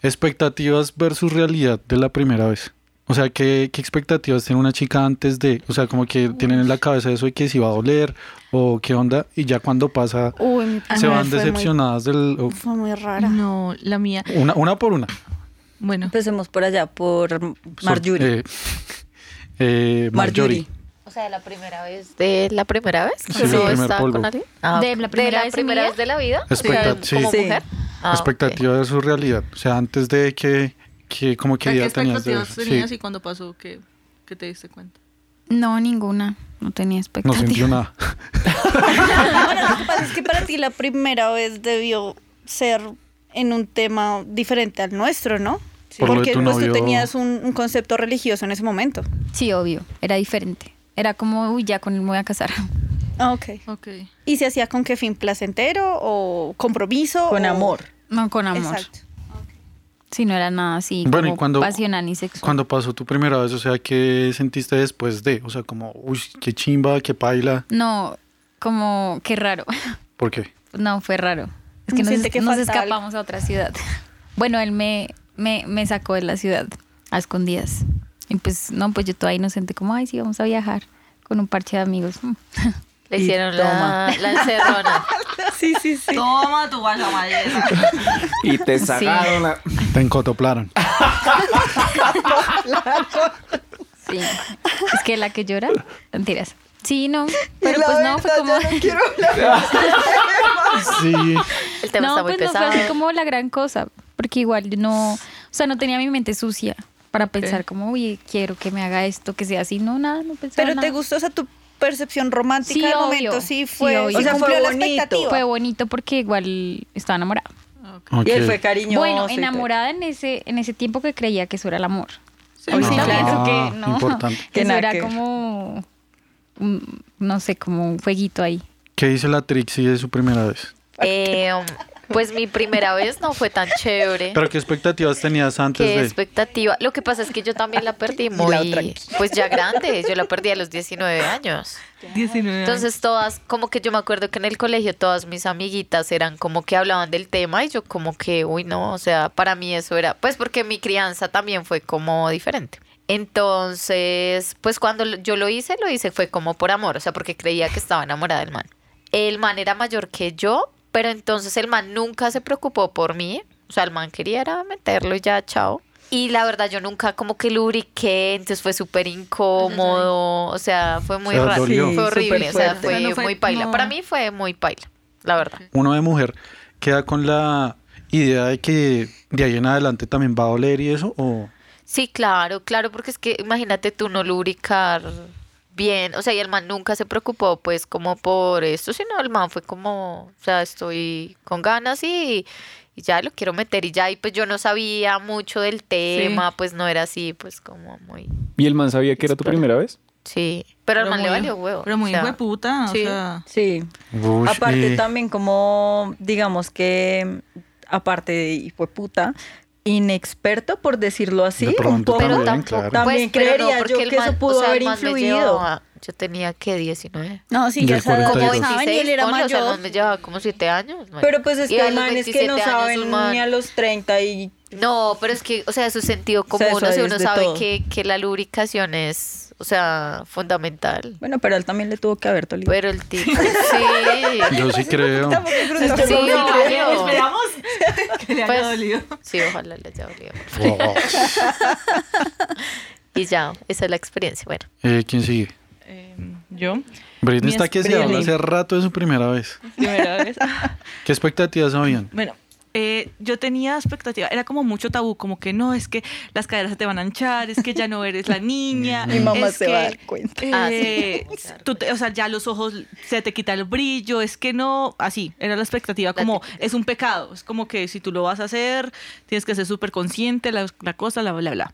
D: Expectativas versus realidad de la primera vez. O sea, ¿qué, qué expectativas tiene una chica antes de? O sea, como que tienen en la cabeza eso de que si va a doler o qué onda. Y ya cuando pasa,
H: Uy, mi
D: se
H: primera
D: van
H: fue muy-
D: decepcionadas del... o-
H: Fue muy rara.
C: No, la mía.
D: Una, una por una.
C: Bueno.
B: Empecemos por allá, por Marjorie.
D: Eh, eh,
B: Marjorie.
D: Marjorie.
E: O sea, de la primera vez. ¿De la primera vez?
D: Sí, el primer polvo.
E: Ah,
G: ¿De la primera vez en mi
E: primera
G: vida?
E: vez de la vida?
D: Expectat-
E: o
D: sí.
E: sea, como
B: Sí.
E: mujer. Ah,
D: Expectativa versus realidad. O sea, antes de que, que como que
C: ¿Qué
D: ya tenías de
C: expectativas
D: eso.
C: tenías
D: Sí.
C: y cuando pasó que, que te diste cuenta?
G: No, ninguna. No tenía
D: No
G: expectativa.
D: sintió nada.
H: Bueno, lo que pasa es que para ti la primera vez debió ser en un tema diferente al nuestro, ¿no?
D: Por lo de
H: Porque
D: tu
H: pues, tú
D: novio.
H: tenías un, un concepto religioso en ese momento.
G: Sí, obvio. Era diferente. Era como, uy, ya con él me voy a casar.
H: Ah, ok.
C: Ok.
H: ¿Y se hacía con qué fin? ¿Placentero o compromiso?
B: Con
H: o-
B: amor.
G: No, con amor.
H: Exacto.
G: Sí, no era nada así
D: Bueno, y
G: como
D: cuando-
G: pasional ni sexual.
D: Cuando pasó tu primera vez, o sea, ¿qué sentiste después de? O sea, como, uy, qué chimba, qué paila.
G: No, como, qué raro.
D: ¿Por qué?
G: No, fue raro. Es que
H: Uno
G: nos,
H: siente que
G: nos
H: falta
G: escapamos a otra ciudad. Bueno, él me, me, me sacó de la ciudad a escondidas. Y pues, no, pues yo toda inocente, como, ay, sí, vamos a viajar con un parche de amigos. Mm.
E: Le
B: Y
E: hicieron la,
B: toma.
E: la encerrona.
B: Sí, sí, sí.
C: Toma tu vaso, madre.
A: Y te
G: Sí.
A: sacaron la...
D: Te encotoplaron.
G: Sí. Es que la que llora, mentiras. Sí, no.
I: Y
G: Pero
I: la
G: pues no, fue
I: verdad,
G: como.
I: yo no quiero hablar.
D: Sí.
E: El tema
G: no,
E: está muy
G: pues
E: pesado.
G: no fue así como la gran cosa, porque igual yo no, o sea, no tenía mi mente sucia para pensar como, uy, quiero que me haga esto, que sea así, no, nada, no pensaba
I: Pero te
G: nada.
I: gustó, o sea, tu percepción romántica
G: Sí,
I: del
G: obvio.
I: momento sí
G: Sí,
I: fue,
G: obvio.
I: o sea,
H: O sea,
I: cumplió
H: fue
I: la
H: bonito.
I: expectativa.
G: Fue bonito porque igual estaba enamorada.
D: ok.
H: Y él fue cariñoso.
G: bueno,
H: y todo.
G: enamorada en ese en ese tiempo que creía que eso era el amor.
B: Sí,
G: Ahorita
D: claro.
G: pienso
D: Ah,
G: que no.
D: importante.
G: Que
H: Que
G: eso
H: nada
G: era
H: que ver.
G: como un- no sé, como un fueguito ahí.
D: ¿Qué dice la Trixie de su primera vez?
E: Eh, pues mi primera vez no fue tan chévere.
D: ¿Pero qué expectativas tenías antes
E: Qué
D: de...?
E: expectativa. Lo que pasa es que yo también la perdí muy,
H: otra aquí.
E: pues ya grande. Yo la perdí a los 19 años.
B: 19
E: Entonces todas, como que yo me acuerdo que en el colegio todas mis amiguitas eran como que hablaban del tema y yo como que, uy, no, o sea, para mí eso era, pues porque mi crianza también fue como diferente. Entonces, pues cuando lo- yo lo hice, lo hice fue como por amor, o sea, porque creía que estaba enamorada del man. El man era mayor que yo, pero entonces el man nunca se preocupó por mí, o sea, el man quería era meterlo y ya, chao. Y la verdad yo nunca como que lubriqué, entonces fue súper incómodo, o sea, fue muy
D: O sea,
E: raro.
D: dolió. Sí,
E: fue horrible,
H: súper
E: o sea,
H: fuerte.
E: fue,
B: O sea, no fue-
E: muy paila.
B: no.
E: Para mí fue muy paila, la verdad.
D: Uno de mujer queda con la idea de que de ahí en adelante también va a oler y eso, o...
E: Sí, claro, claro, porque es que imagínate tú no lubricar bien, o sea, y el man nunca se preocupó pues como por esto, sino el man fue como, o sea, estoy con ganas y, y ya lo quiero meter y ya, y pues yo no sabía mucho del tema, pues no era así, pues como muy,
A: ¿Y el man sabía que era tu
E: Espera.
A: primera vez?
E: sí, pero al man le
B: muy-
E: valió huevo.
B: Pero muy
E: o sea,
B: hueputa,
E: sí.
B: o sea.
H: Sí.
D: Ush,
H: Aparte
D: y-
H: también como, digamos que, aparte de hijo de puta, inexperto, por decirlo así,
D: De pronto
H: un poco.
D: también,
E: Pero
D: claro.
E: tampoco,
H: También
E: pues, pero
H: creería
E: no,
H: yo
E: porque el
H: que eso
E: man- o
H: pudo
E: sea, el
H: haber
E: man me
H: influido.
E: llevaba- yo tenía que 19.
I: No, sí,
D: Del
I: ya estaba
D: 42.
E: como
I: saben, y
E: 26,
I: él era
E: ponle, o sea, el
I: mayor.
E: man me llevaba como 7 años. marica.
H: Pero pues es
E: Y
H: que
E: a
H: hay
E: los
H: manes que no
E: 27 años
H: saben
E: un man-
H: ni a los 30 y
E: No, pero es que, o sea, su sentido
H: sea,
E: común, o
H: eso
E: sea,
H: es
E: uno
H: de
E: sabe
H: todo.
E: que, que la lubricación es, o sea, fundamental.
H: bueno, pero a él también le tuvo que haber tolido.
E: Pero el tipo, sí,
D: Yo sí creo.
E: Sí, obvio.
B: Esperamos que le haya
E: Pues-
B: dolido.
E: sí, ojalá les haya dolido.
A: Oh.
D: Wow.
E: Y ya, esa es la experiencia. Bueno,
D: Eh, ¿Quién sigue?
B: Em, Yo,
D: Britney
B: Mi
D: está que se
B: Britney.
D: habla hace rato de su primera vez.
B: primera vez.
D: ¿Qué expectativas habían?
B: Bueno, eh, yo tenía expectativa, era como mucho tabú, como que no, es que las caderas se te van a anchar, es que ya no eres la niña.
H: Mi mamá
B: es
H: se
B: que,
H: va a dar cuenta.
B: eh,
E: Ah, sí.
B: tú te- o sea, ya los ojos se te quita el brillo, es que no, así, era la expectativa, como es un pecado, es como que si tú lo vas a hacer, tienes que ser súper consciente, la, la cosa, la bla, bla.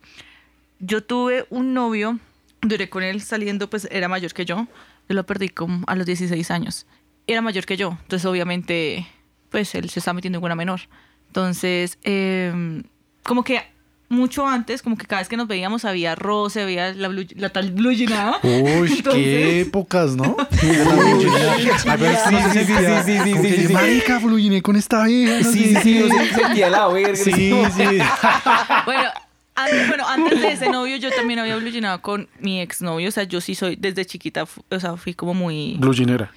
B: Yo tuve un novio, duré con él saliendo, pues era mayor que yo. Yo lo perdí como a los 16 años. Era mayor que yo, entonces obviamente, pues él se está metiendo en una menor. Entonces, eh, como que mucho antes, como que cada vez que nos veíamos había roce, había la, blue- la tal blue jeanada.
D: Uy, qué
B: Entonces-
D: épocas, ¿no? A ver, sí, sí, sí, sí, sí, sí, sí, Marica, fluye con esta vieja. no sé qué.
A: sentía la verga.
D: Sí, sí.
B: Bueno, antes, bueno, antes de ese novio yo también había blue jeanado con mi exnovio, o sea, yo sí soy, desde chiquita, fu- o sea, fui como muy...
D: Bluginera.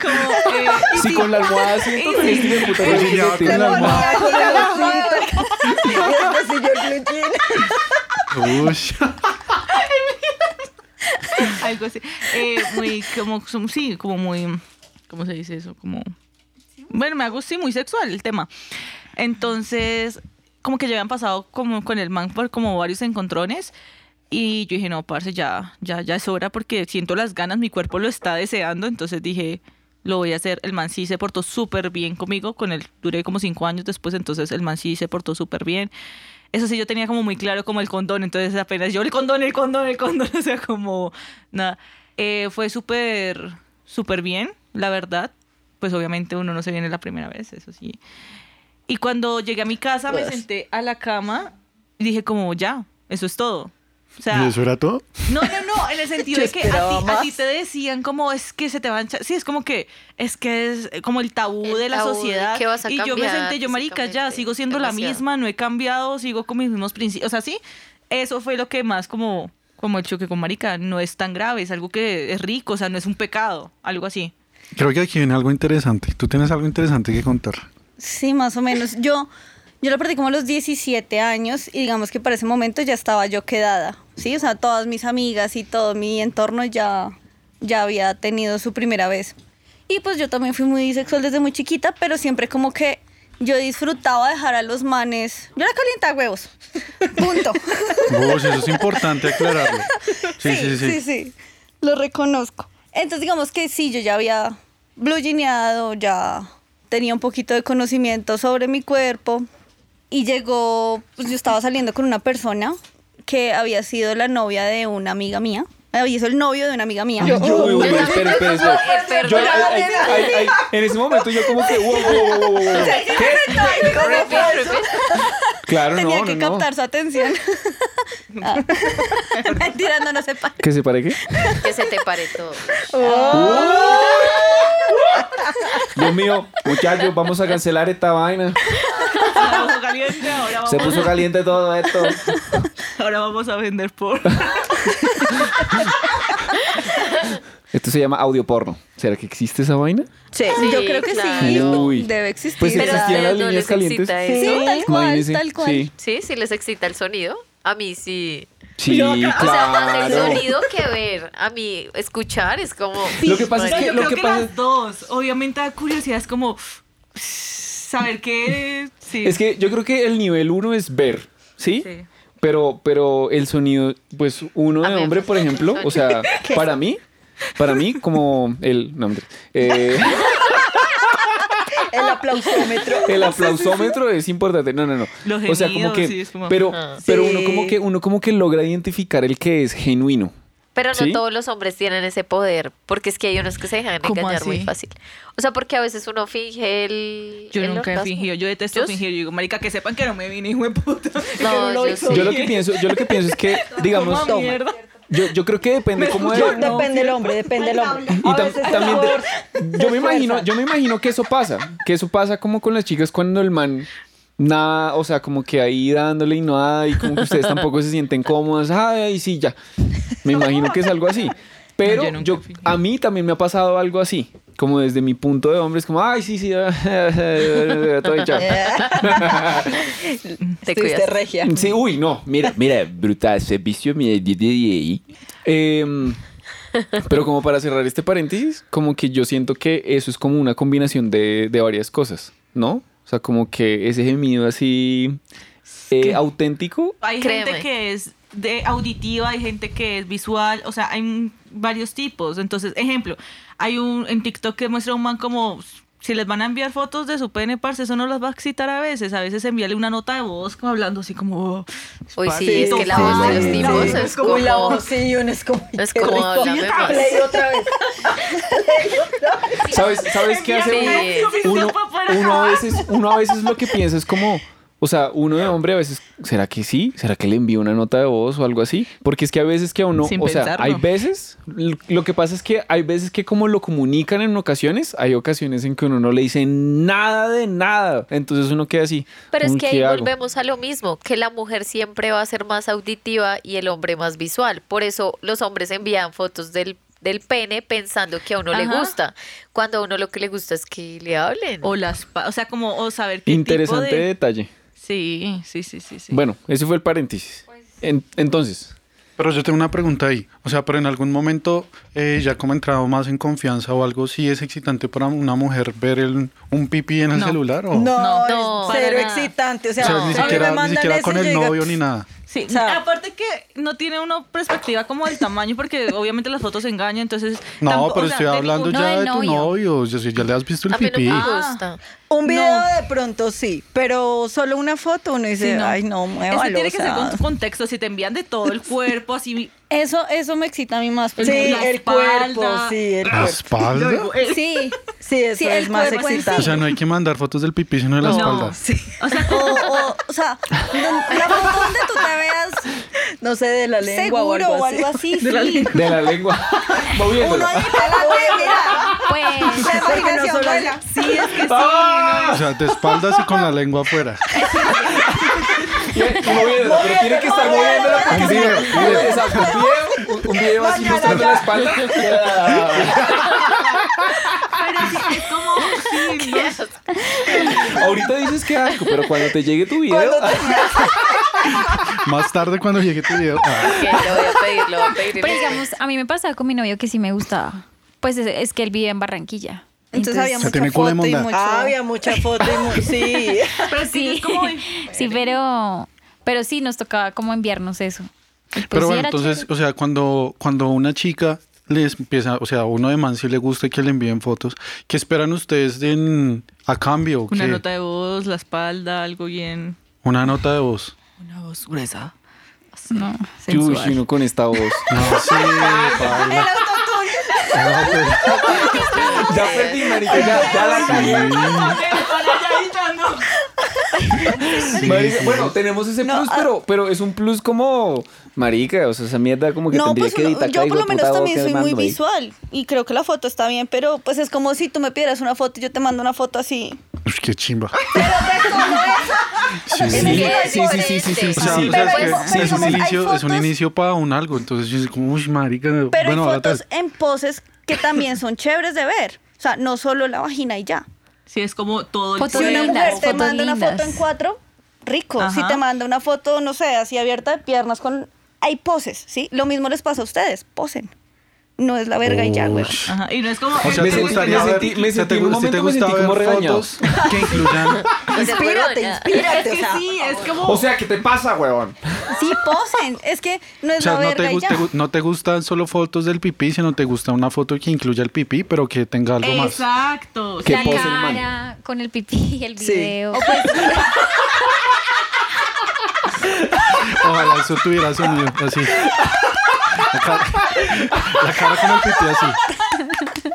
B: Como, eh, y
A: Sí, con la almohada así, entonces, este hijo de puta,
D: Sí,
A: no sé
D: ya,
A: qué te-
D: con la almohada. Uy.
B: algo así. Eh, muy, como, som- sí, como muy, ¿cómo se dice eso? Como, bueno, me hago, sí, muy sexual el tema. Entonces, como que ya habían pasado como con el man por como varios encontrones y yo dije, no, parce, ya, ya, ya es hora porque siento las ganas, mi cuerpo lo está deseando, entonces dije, lo voy a hacer. El man sí se portó súper bien conmigo, con él duré como cinco años después, entonces el man sí se portó súper bien. Eso sí, yo tenía como muy claro como el condón, entonces apenas yo el condón, el condón, el condón, o sea, como nada. Eh, fue súper, súper bien, la verdad. Pues obviamente uno no se viene la primera vez, eso sí. Y cuando llegué a mi casa me senté a la cama y dije como ya, eso es todo. O sea,
D: ¿Y eso era todo?
B: no, no, no, en el sentido
H: Yo
B: de que a ti,
H: esperaba
B: a
H: más.
B: ti te decían como es que se te van a echar- Sí, es como que es que es como el tabú
E: El
B: de la
E: tabú de
B: sociedad.
E: que vas a
B: y yo me
E: cambiar
B: senté, yo marica, ya,
E: físicamente,
B: sigo siendo la
E: demasiado.
B: misma, no he cambiado, sigo con mis mismos principios. O sea, sí, eso fue lo que más como, como el choque con marica, no es tan grave, es algo que es rico, o sea, no es un pecado, algo así.
D: Creo que aquí viene algo interesante. Tú tienes algo interesante que contar.
I: Sí, más o menos. Yo,
H: Yo la perdí como a los 17 años y digamos que para ese momento ya estaba yo quedada, ¿sí? O sea, todas mis amigas y todo mi entorno ya, ya había tenido su primera vez. Y pues yo también fui muy sexual desde muy chiquita, pero siempre como que yo disfrutaba dejar a los manes. Yo era calienta huevos. Punto.
D: Vos, eso es importante aclararlo. Sí, sí, sí.
H: sí, sí. Lo reconozco. Entonces, digamos que sí, yo ya había blue jeaneado, ya tenía un poquito de conocimiento sobre mi cuerpo. Y llegó, pues yo estaba saliendo con una persona que había sido la novia de una amiga mía. Había sido el novio de una amiga mía.
A: Yo, uy, uy, uy, espera, espera, espera.
E: Perdón.
A: Yo, ay, ay, ay, ay, en ese momento yo como que, wow, wow, wow, wow, wow. ¿Qué? Claro,
H: Tenía
A: no,
H: que
A: no, no.
H: captar su atención. Ah. Mentira, no, no se para.
A: ¿Que se pare qué?
E: Que se te pare todo. Oh.
A: Dios mío, muchachos, vamos a cancelar esta vaina.
C: Ahora vamos caliente, ahora
A: Se puso caliente todo esto.
C: ahora vamos a vender por.
A: Esto se llama audio porno. ¿Será que existe esa vaina?
H: Sí,
E: Sí,
H: yo creo que sí.
A: claro. Uy.
H: Debe existir.
A: Pues si
E: Pero a
A: existían las
E: ustedes no
A: líneas
E: les
A: calientes.
E: excita eso.
H: Sí, tal cual,
A: Imagínese.
H: tal cual.
A: Sí,
E: Sí, si les excita el sonido. A mí sí.
A: sí
E: O sea, más el
A: claro.
E: sonido que ver. A mí escuchar es como.
A: Lo que pasa es
C: No,
A: que
C: yo
A: lo
C: creo
A: que
C: que,
A: pasa
C: las dos. Obviamente da curiosidad, es como saber qué sí.
A: es que yo creo que el nivel uno es ver, ¿sí?
C: Sí.
A: Pero, pero el sonido, pues uno
E: A
A: de
E: ver,
A: hombre, por ejemplo, o sea, para mí, para mí como el nombre, eh,
B: El aplausómetro.
A: el aplausómetro es importante. No, no, no.
C: Los
A: o sea, como
C: gemidos,
A: que,
C: sí, es como- ah.
A: pero,
E: Ajá.
A: pero
H: Sí.
A: uno como que uno como que logra identificar el que es genuino.
E: Pero no
A: ¿Sí?
E: todos los hombres tienen ese poder, porque es que hay unos que se dejan
C: ¿Cómo
E: engañar muy
C: así?
E: fácil. O sea, porque a veces uno finge el.
C: Yo
E: el
C: nunca he
E: orgasmo.
C: fingido, yo detesto
E: Yo-
C: fingir. Yo digo, marica, que sepan que no me vine, hijo de puta. que
E: No,
C: no lo
E: yo
C: hizo
E: sí.
A: Yo lo que
C: bien.
A: pienso, yo lo que pienso es que, digamos,
C: Como mierda.
A: yo, yo creo que depende como de,
B: Depende del hombre, depende del hombre.
A: Y tam- también de- yo me
B: fuerza.
A: imagino, yo me imagino que eso pasa, que eso pasa como con las chicas cuando el man nada, o sea, como que ahí dándole y no da, y como que ustedes tampoco se sienten cómodas, ay, sí, ya. Me imagino que es algo así. Pero
C: No, yo nunca
A: yo,
C: fui.
A: a mí también me ha pasado algo así, como desde mi punto de hombre es como, ay, sí, sí, todo y chao.
E: Te
B: Estuviste
E: cuidas.
B: regia.
A: Sí, uy, no, mira, mira, brutal servicio, mira, di- di- di- di. Em, pero como para cerrar este paréntesis, como que yo siento que eso es como una combinación de, de varias cosas, ¿no? O sea, como que ese gemido así eh, auténtico.
C: Hay
E: Créeme.
C: gente que es de auditiva, hay gente que es visual, o sea, hay un- varios tipos. Entonces, ejemplo, hay un en TikTok que muestra un man como si les van a enviar fotos de su pene, parce, eso no las va a excitar a veces. A veces envíale una nota de voz como hablando así como oh,
E: Uy,
C: parce,
E: sí, es que la voz de los
A: Sí, sí,
E: tipos
A: sí.
E: es como.
B: Uy, la voz, sí, uno es como.
E: Es
B: qué
E: como
B: rico.
E: háblame más.
B: Play otra vez.
A: ¿Sabes, ¿sabes qué hace uno?
E: Sí.
A: uno, uno a veces, uno a veces lo que piensa es como, o sea, uno de hombre a veces, ¿será que sí? ¿Será que le envío una nota de voz o algo así? Porque es que a veces que a uno,
C: Sin
A: o sea,
C: pensarlo.
A: hay veces, l- lo que pasa es que hay veces que como lo comunican en ocasiones, hay ocasiones en que uno no le dice nada de nada, entonces uno queda así.
E: Pero es
A: "Mm,
E: que
A: ¿qué
E: ahí
A: hago?".
E: volvemos a lo mismo, que la mujer siempre va a ser más auditiva y el hombre más visual. Por eso los hombres envían fotos del, del pene pensando que a uno le
C: Ajá.
E: gusta, cuando a uno lo que le gusta es que le hablen.
C: o las, pa- o sea, como o saber qué
A: Interesante
C: tipo de
A: detalle.
C: Sí, sí, sí, sí, sí.
A: Bueno, ese fue el paréntesis.
E: Pues
A: En- entonces,
D: Pero yo tengo una pregunta ahí. O sea, pero en algún momento, eh, ya como he entrado más en confianza o algo, ¿sí es excitante para una mujer ver el- un pipí en el
C: No.
D: celular? O,
B: No,
E: No,
B: es cero
C: para nada.
B: excitante. O
D: Oh. O
B: sea,
D: sea,
B: a mí
D: ni
B: me
D: siquiera, ni
B: mandan
D: siquiera
B: ese
D: con
B: y
D: el
B: yo digo,
D: novio ni nada.
C: Sí,
B: O sea-
C: aparte que no tiene una perspectiva como del tamaño, porque obviamente las fotos engañan, entonces...
D: No,
C: tampoco-
D: pero
C: o sea,
D: estoy
C: de
D: hablando
C: ningún-
G: No,
D: ya de
G: del
D: tu
G: novio.
D: novio. Yo sí, ya le has visto el
E: a mí no
D: pipí.
E: me
C: Ah.
E: gusta.
B: Un video
C: No.
B: de pronto sí, pero solo una foto uno dice,
C: Sí, no.
B: ay, no,
C: Eso
B: muévalo.
C: tiene
B: o
C: que
B: sea.
C: ser con tu contexto, si te envían de todo el cuerpo, así...
H: Eso, eso me excita a mí más.
B: Sí,
H: porque
C: la
B: el
C: espalda.
B: cuerpo, sí, el
D: ¿La
B: cuerpo.
D: espalda?
G: Sí,
B: Sí, eso
G: Sí, el
B: es más
G: cuerpo en sí.
B: excitante.
D: O sea, no hay que mandar fotos del pipí, sino de la espalda.
C: sí.
H: O sea, o, o, o sea, don- la foto donde tú te veas
B: No sé, de la lengua
H: seguro
B: o algo así.
H: así.
C: De la
H: sí.
C: lengua.
A: de la lengua, va viéndolo.
H: Uno ahí está la lengua.
G: pues.
H: La
B: Porque no
H: imaginación
B: solo-
H: vuela.
C: Sí, es que sí.
A: Ah,
D: O sea, de espaldas y con la lengua afuera.
A: Y uno viéndola, pero tiene que estar moviéndola porque
D: Un
A: si no-
D: video, un video.
A: Exacto, un video, un- un video así mostrando la espalda.
C: Pero sí, es como... Sí, no sé.
A: ahorita dices que asco, pero cuando te llegue tu video,
D: Más tarde cuando llegue tu video. Ah,
E: Ok, lo voy a pedir, lo voy a pedir.
G: Pero digamos, a mí me pasaba con mi novio que sí me gustaba. Pues es, es que él vive en Barranquilla.
H: Entonces había mucha
D: tiene culo de
H: foto y
D: mondá.
H: mucho...
B: Ah, había mucha foto y mu- sí.
C: Pero es que yo es
G: sí,
C: como-
G: sí, pero, pero sí nos tocaba como enviarnos eso. Y pues
D: Pero
G: sí
D: bueno,
G: era
D: entonces,
G: chévere.
D: o sea, cuando, cuando una chica les empieza, o sea, a uno de man sí le gusta que le envíen fotos, ¿qué esperan ustedes en, a cambio? o
C: Una
D: qué?
C: nota de voz, la espalda, algo bien.
D: Una nota de voz.
C: Una voz gruesa.
G: No.
A: ah, Uy, uno con esta voz.
D: No, sí, Paula. No, pero-
A: Ya perdí, marica, ya, ya la
D: Sí,
A: cagué.
D: sí,
A: Marica,
D: sí.
A: bueno, tenemos ese
H: ah.
A: plus, pero, pero es un plus como marica, o sea, esa mierda como que
H: No,
A: tendría
H: pues
A: que
H: uno-
A: editar.
H: yo
A: cada
H: por lo
A: hijo de puta
H: menos
A: voz
H: también
A: que
H: soy
A: mando,
H: muy
A: marica.
H: visual y creo que la foto está bien, pero pues es como si tú me pidieras una foto y yo te mando una foto así.
D: Uy, qué chimba. Sí,
A: Sí,
D: sí.
A: sí, sí, sí, sí, sí,
D: O sea,
A: sí.
D: o sea,
H: Pero
D: es, que
H: hay fo- pero
D: es un
H: digamos, hay
D: inicio, es un
H: fotos-
D: inicio para un algo. Entonces yo soy como, uy, marica.
H: Pero
D: bueno,
H: hay
D: ahora tal.
H: fotos en poses que también son chéveres de ver. O sea, no solo la vagina y ya.
C: Sí, es como todo el
G: Fotos
H: Si una
G: lindas,
H: mujer te
G: fotos
H: manda una foto
G: lindas.
H: en cuatro, rico.
C: Ajá.
H: Si te manda una foto, no sé, así abierta de piernas con... Hay poses, ¿sí? Lo mismo les pasa a ustedes. Posen. No es la verga y ya,
D: Uy.
H: güey.
C: Ajá, y no es como.
D: O sea,
A: Me
D: te
A: sentí-
D: gustaría
A: me
D: ver-
A: sentí- me
D: o sea,
A: sentí
D: te
A: en un
D: gu- si
A: momento
D: te
A: me
D: gusta
A: sentí
D: ver
A: como regañado.
D: fotos que incluyan
H: Inspírate, inspírate.
C: es que
H: o sea,
C: sí, es como.
A: O sea, ¿qué te pasa, huevón?
H: sí, posen. Es que no
D: O
H: es
D: sea,
H: la
D: no te,
H: verga y
D: gus-
H: ya.
D: te gu- no te gustan solo fotos del pipí, sino te gusta una foto que incluya el pipí, pero que tenga algo más.
C: Exacto.
A: ¿Qué
G: la
A: pose el man?
G: cara, con el pipí, el
B: Sí.
G: video.
D: Ojalá eso tuviera sonido, así. La cara, la cara con el pipí así.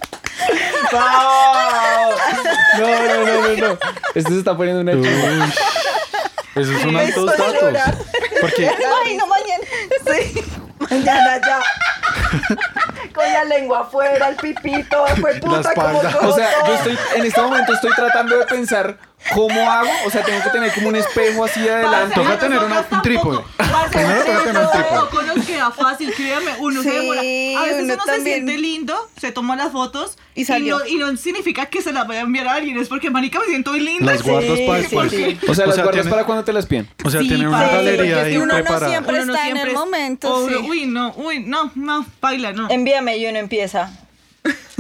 A: No, no, no, no, no. Este se está poniendo una chiva.
D: Uy, Eso son altos
B: hizo llorar.
D: datos. Porque
H: Ay, no, mañana.
B: Sí. Mañana ya. Con la lengua afuera, el pipito, fue
D: La
B: puta como
D: espalda.
A: O sea, yo
B: todo.
A: estoy, en este momento estoy tratando de pensar cómo hago. O sea, tengo que tener como un espejo así adelante.
D: toca tener una- un trípode. Primero toca tener un trípode.
C: Tampoco nos queda fácil, créame, uno se
H: Sí,
C: demora. A veces
H: uno
C: uno, se
H: también.
C: siente lindo, se toma las fotos
H: Y salió.
C: no- Y, no, significa que se las vaya a enviar a alguien, es porque marica me siento muy linda.
D: las guardas
B: Sí,
D: para
B: sí,
D: después.
B: sí.
A: O sea, las guardas
D: tiene-
A: para cuando te las piden.
D: O sea,
C: Sí,
D: tiene una
C: para-
D: galería
H: porque
D: ahí
H: si uno no
D: preparada.
H: siempre-
C: Uno no
H: está en el
C: es-
H: momento,
C: o uno,
H: sí. Eh,
C: Uy, no, uy, no, no, baila, no.
B: Envíame y uno empieza.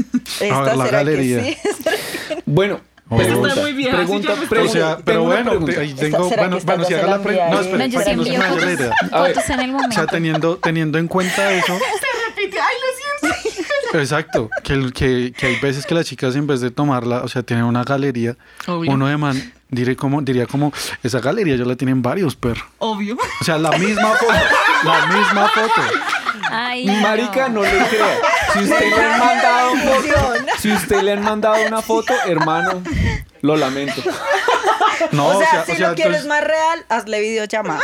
D: A ver, la galería.
A: Bueno,
D: Oh,
A: pregunta,
D: está
C: muy vieja,
A: pregunta,
C: sí, ya me
A: pregunta.
D: O sea, pero
A: Tengo una
D: bueno,
A: pregunta.
D: te- ahí
B: ¿Será
D: tengo,
B: que
D: bueno,
B: esta
D: bueno,
B: ya
D: si
B: se
D: haga
B: la
D: la pregunta.
B: envía
D: No,
B: ahí?
D: espera,
G: No, yo
D: para
G: sí
D: que no se
G: envío
D: me vaya la
G: fotos,
D: idea.
A: A ver.
G: fotos en el
D: O sea,
G: momento.
D: teniendo, teniendo en cuenta eso, pues,
C: Repite, ay, lo siento.
D: exacto, que, el- que, que hay veces que las chicas en vez de tomarla, o sea, tienen una galería,
C: Obvio.
D: uno de man diré como, diría como, esa galería ya la tienen varios perros.
C: Obvio.
D: O sea, la misma foto, la misma foto.
G: Ay,
A: Marica, no le crea. Si usted le han mandado foto, si usted le han mandado una foto, hermano, lo lamento.
D: No,
B: O sea, si lo quieres
D: entonces-
B: más real, hazle videollamada.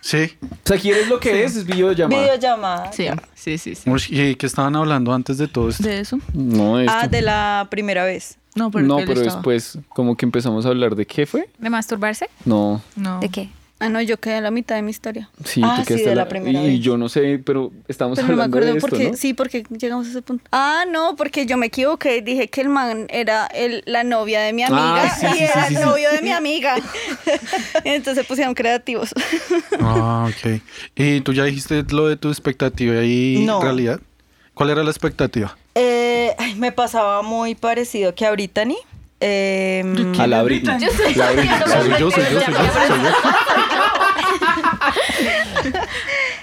D: sí.
A: O sea, ¿quieres lo que es? Es videollamada.
B: Videollamada.
C: Sí, sí, sí.
D: Uy, ¿Y qué estaban hablando antes de todo esto?
C: ¿De eso?
A: No, esto.
B: Ah, de la primera vez.
C: No,
A: no, pero después como que empezamos a hablar de qué fue.
G: ¿De masturbarse?
A: No,
C: No.
G: ¿De qué?
H: Ah, no, yo quedé a la mitad de mi historia.
A: sí,
B: Ah,
A: tú
B: sí,
A: quedaste
B: de
A: a
B: la primera
A: y
B: vez.
A: yo no sé, pero estamos
H: Pero no me
A: hablando
H: acuerdo
A: de esto,
H: porque,
A: ¿no?
H: sí, porque llegamos a ese punto. Ah, no, porque yo me equivoqué. Dije que el man era el- la novia de mi amiga
A: Ah, sí,
H: y
A: sí,
H: era
A: sí,
H: el
A: sí,
H: novio de mi amiga. Entonces pusieron creativos.
D: Ah, ok. ¿Y tú ya dijiste lo de tu expectativa y
B: No.
D: realidad? ¿Cuál era la expectativa?
B: Eh, ay, me pasaba muy parecido que a Brittany. Eh,
A: A la Britney.
E: Yo soy
A: La Britney.
E: yo
D: Soy yo, soy yo, soy yo, soy yo.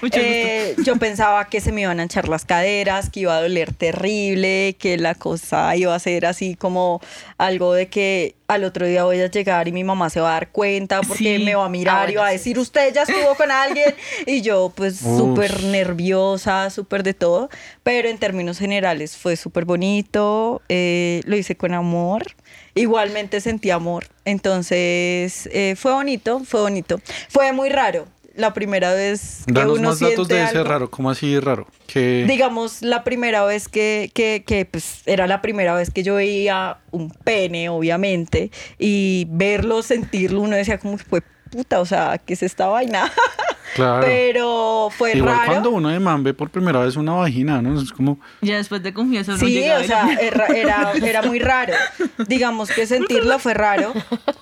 C: Mucho
B: eh, yo pensaba que se me iban a hinchar las caderas, que iba a doler terrible, que la cosa iba a ser así como algo de que al otro día voy a llegar y mi mamá se va a dar cuenta porque
C: Sí.
B: me va a mirar
E: Ah,
B: y
E: bueno,
B: va a
E: sí,
B: decir, usted ya estuvo con alguien. Y yo pues
D: Uf.
B: súper nerviosa, súper de todo. Pero en términos generales fue súper bonito, eh, lo hice con amor. Igualmente sentí amor. Entonces eh, fue bonito, fue bonito. Fue muy raro. La primera vez que
D: Danos
B: uno
D: más datos de
B: siente
D: ese
B: algo.
D: raro. ¿Cómo así raro? Que
B: Digamos, la primera vez que, que, que, pues, era la primera vez que yo veía un pene, obviamente, y verlo, sentirlo, uno decía como, pues, puta, o sea, ¿qué es esta vaina?
D: Claro.
B: Pero fue
D: Igual
B: raro.
D: cuando uno de man ve por primera vez una vagina, ¿no? Es como,
C: Ya después de confianza uno
B: Sí,
C: llega a
B: o
C: ver-
B: sea, era, era, era muy raro. Digamos que sentirlo fue raro.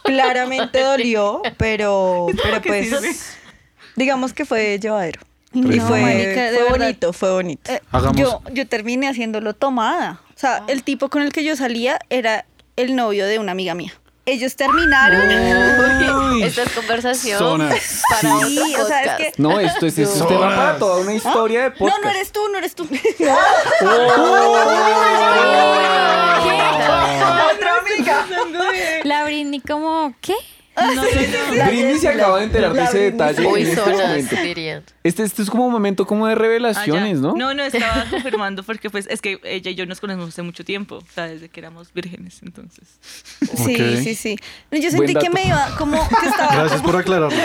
B: Claramente dolió, pero, pero pues digamos que fue llevadero. Y
D: No,
B: fue,
H: marica, de
B: fue
H: verdad.
B: bonito, fue bonito.
H: Eh,
D: Hagamos-
H: Yo, yo terminé haciéndolo tomada. O sea, el tipo con el que yo salía era el novio de una amiga mía. Ellos terminaron.
E: Esta es conversación
D: Zonas.
E: para
H: Sí,
E: otro
H: o sea, es
E: podcast.
H: que-
A: No, esto es, esto es tema para toda una historia de
H: No,
A: podcast.
H: no eres tú, no eres
B: Ah.
H: tú.
E: ¡Oh!
B: Otra amiga.
G: La Britney como, ¿qué?
A: Britney se acaba de enterar de ese detalle.
E: Uy,
A: en este
E: zonas,
A: momento.
E: dirían.
A: Este, este es como un momento como de
C: Ah, ya.
A: revelaciones, ¿no?
C: No, no, estaba confirmando porque pues es que ella y yo nos conocemos hace mucho tiempo, o sea, desde que éramos vírgenes, entonces.
H: Sí,
D: Ok.
H: sí, sí. No, Yo
A: Buen
H: sentí que
A: dato.
H: me iba como que estaba
D: Gracias por aclararlo.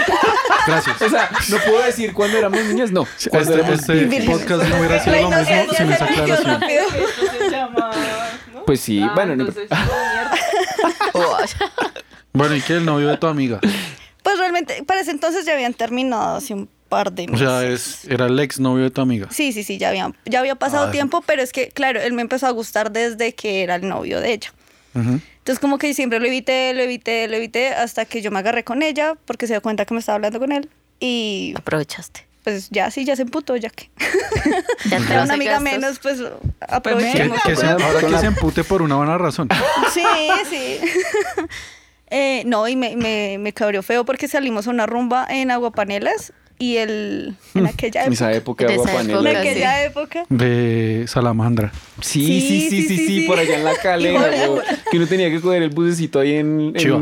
D: Gracias.
A: O sea, no puedo decir cuando éramos niñas, no. Cuando
D: Este,
A: éramos
D: este
A: vírgenes.
D: podcast no hubiera sido lo mismo sin esa aclaración.
A: Pues sí,
C: Ah,
A: bueno, no-
E: Oh,
D: Bueno, ¿y qué? El novio de tu amiga.
H: Pues realmente, para ese entonces ya habían terminado hace un par de
D: O
H: meses.
D: sea, eh. es, era el ex novio de tu amiga.
H: Sí, sí, sí, ya, habían, ya había pasado
D: Ah.
H: tiempo, pero es que, claro, él me empezó a gustar desde que era el novio de ella.
D: Ujú.
H: Entonces como que siempre lo evité, lo evité, lo evité, hasta que yo me agarré con ella porque se dio cuenta que me estaba hablando con él. Y
E: Aprovechaste.
H: pues ya sí, ya se emputó, ya que
E: Ya te
H: era
E: vas a
H: una amiga
E: gastos.
H: menos, pues
D: Que,
H: aprovechemos. pues.
D: que se- ahora que se empute por una buena razón.
H: Sí, sí. Eh, no, y me, me, me cabreó feo porque salimos a una rumba en Aguapanelas y él en aquella
A: en
H: época.
A: esa época
E: En
A: de
E: esa
H: En
E: época,
A: Guapanela.
E: sí.
H: aquella época.
D: De Salamandra.
A: Sí sí sí, sí, sí, por allá en la calera,
H: Y por-
A: weón. que uno tenía que coger el bucecito ahí en, en-
D: Chiva.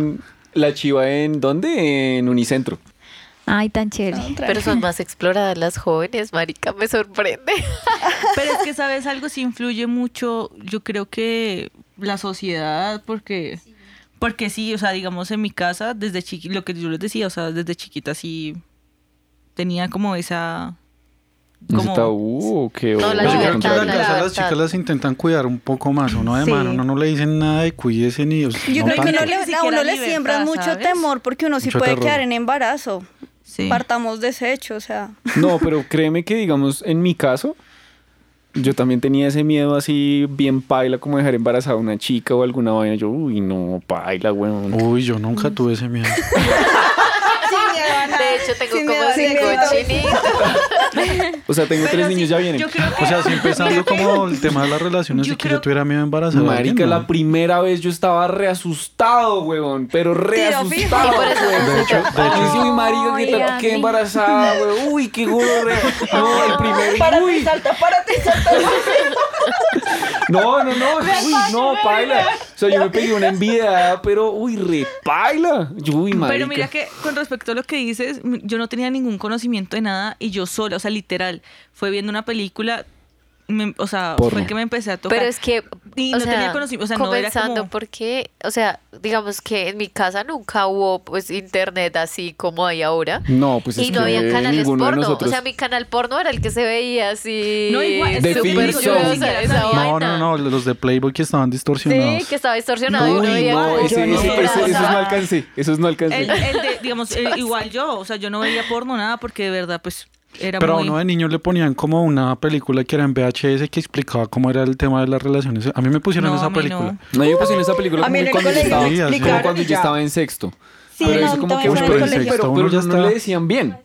A: la chiva en ¿dónde? En Unicentro.
G: Ay, tan chévere.
E: Pero son más exploradas las jóvenes, marica, me sorprende.
C: Pero es que, ¿sabes algo? Sí influye mucho, yo creo que la sociedad, porque... Porque sí, o sea, digamos en mi casa, desde chiqui, lo que yo les decía, o sea, desde chiquita sí tenía como esa...
A: No sé, tabú o uh, qué?
E: No,
A: o-
E: la
D: Pues
A: o al
D: yo creo que en
E: libertad,
A: contrario.
D: la casa las
E: libertad.
D: chicas las intentan cuidar un poco más. Uno de mano, uno no le dicen nada de cuídese ni. o sea,
H: Yo
D: no
H: creo que
D: tanto.
H: uno
C: Ni
H: le, a
C: siquiera
H: uno le
C: libertad,
H: siembra mucho
C: ¿sabes?
H: temor porque uno sí
D: Mucho
H: puede
D: terror.
H: quedar en embarazo.
C: Sí.
H: Partamos deshecho, o sea.
A: No, pero créeme que, digamos, en mi caso, yo también tenía ese miedo así bien paila, como dejar embarazada a una chica o alguna vaina. Yo, uy, no, paila, weón.
D: Uy, yo nunca tuve ese miedo.
E: De hecho, tengo
H: Sí, me
E: como
H: da- sí, me
E: cinco
H: da-
E: chinitos.
A: O sea, tengo tres
C: Pero sí,
A: niños, ya vienen.
C: Yo creo que...
D: O sea, si empezando como el tema de las relaciones
C: Yo
D: y que yo
C: creo-
D: tuviera miedo embarazada.
A: Marica, la primera vez yo estaba reasustado, weón. Pero
H: Tiro fijo.
A: reasustado,
E: Y por eso
A: weón.
D: De hecho, de hecho-
A: Ay, uy, marica, que
G: Ay,
A: tal, qué
G: Gaby.
A: embarazada, weón. Uy, qué gorre. No, el primer. Uy,
B: salta, párate, salta.
A: no, no, no. Uy, no, paila. O sea, yo me pegué una envidia, pero uy, re paila. Yo, Uy, marica.
C: Pero mira que con respecto a lo que dices, m- yo no tenía ningún conocimiento de nada y yo sola, o sea, literal, fue viendo una película, me- o sea,
A: Porno.
C: fue que me empecé a tocar.
E: Pero es que.
C: Y
E: o
C: no tenía
E: sea,
C: conocimiento, o sea, no era
E: comenzando
C: como...
E: porque, o sea, digamos que en mi casa nunca hubo pues internet así como hay ahora.
A: No, pues es
E: y no
A: que
E: había canales
A: ninguno de
E: porno.
A: nosotros.
E: O sea, mi canal porno era el que se veía así.
C: No, igual, es
A: De
E: súper
A: Philip
E: grueso,
A: Song.
E: esa
D: No,
E: vaina.
D: no, no, los de Playboy que estaban distorsionados.
E: Sí, que estaba distorsionado. y uno
A: Uy,
E: veía
A: no,
E: como-
A: ese,
E: Yo no
A: ese,
E: era,
A: ese-
E: o
A: esos
E: sea,
A: no alcancé. Esos no alcancé.
E: Eh,
C: El, el de, digamos, el- igual yo, o sea, yo no veía porno nada porque de verdad, pues, era
D: Pero a
C: muy...
D: uno de niño le ponían como una película que era en VHS que explicaba cómo era el tema de las relaciones. A mí me pusieron
C: No, a
D: esa
C: mí no.
D: película.
A: No, yo pues en esa película
B: A
A: como
B: mí en el
A: cuando, yo
B: colegio
A: estaba,
D: me
A: como
D: explicaron
A: cuando
B: y
A: yo
B: ya.
A: estaba en sexto.
H: Sí,
A: pero
H: no,
A: eso como
H: también
A: que,
H: fue
A: uy,
H: en el
A: pero, en
H: colegio.
A: sexto
D: Uno
A: pero
D: ya
A: no
D: está.
A: le decían bien.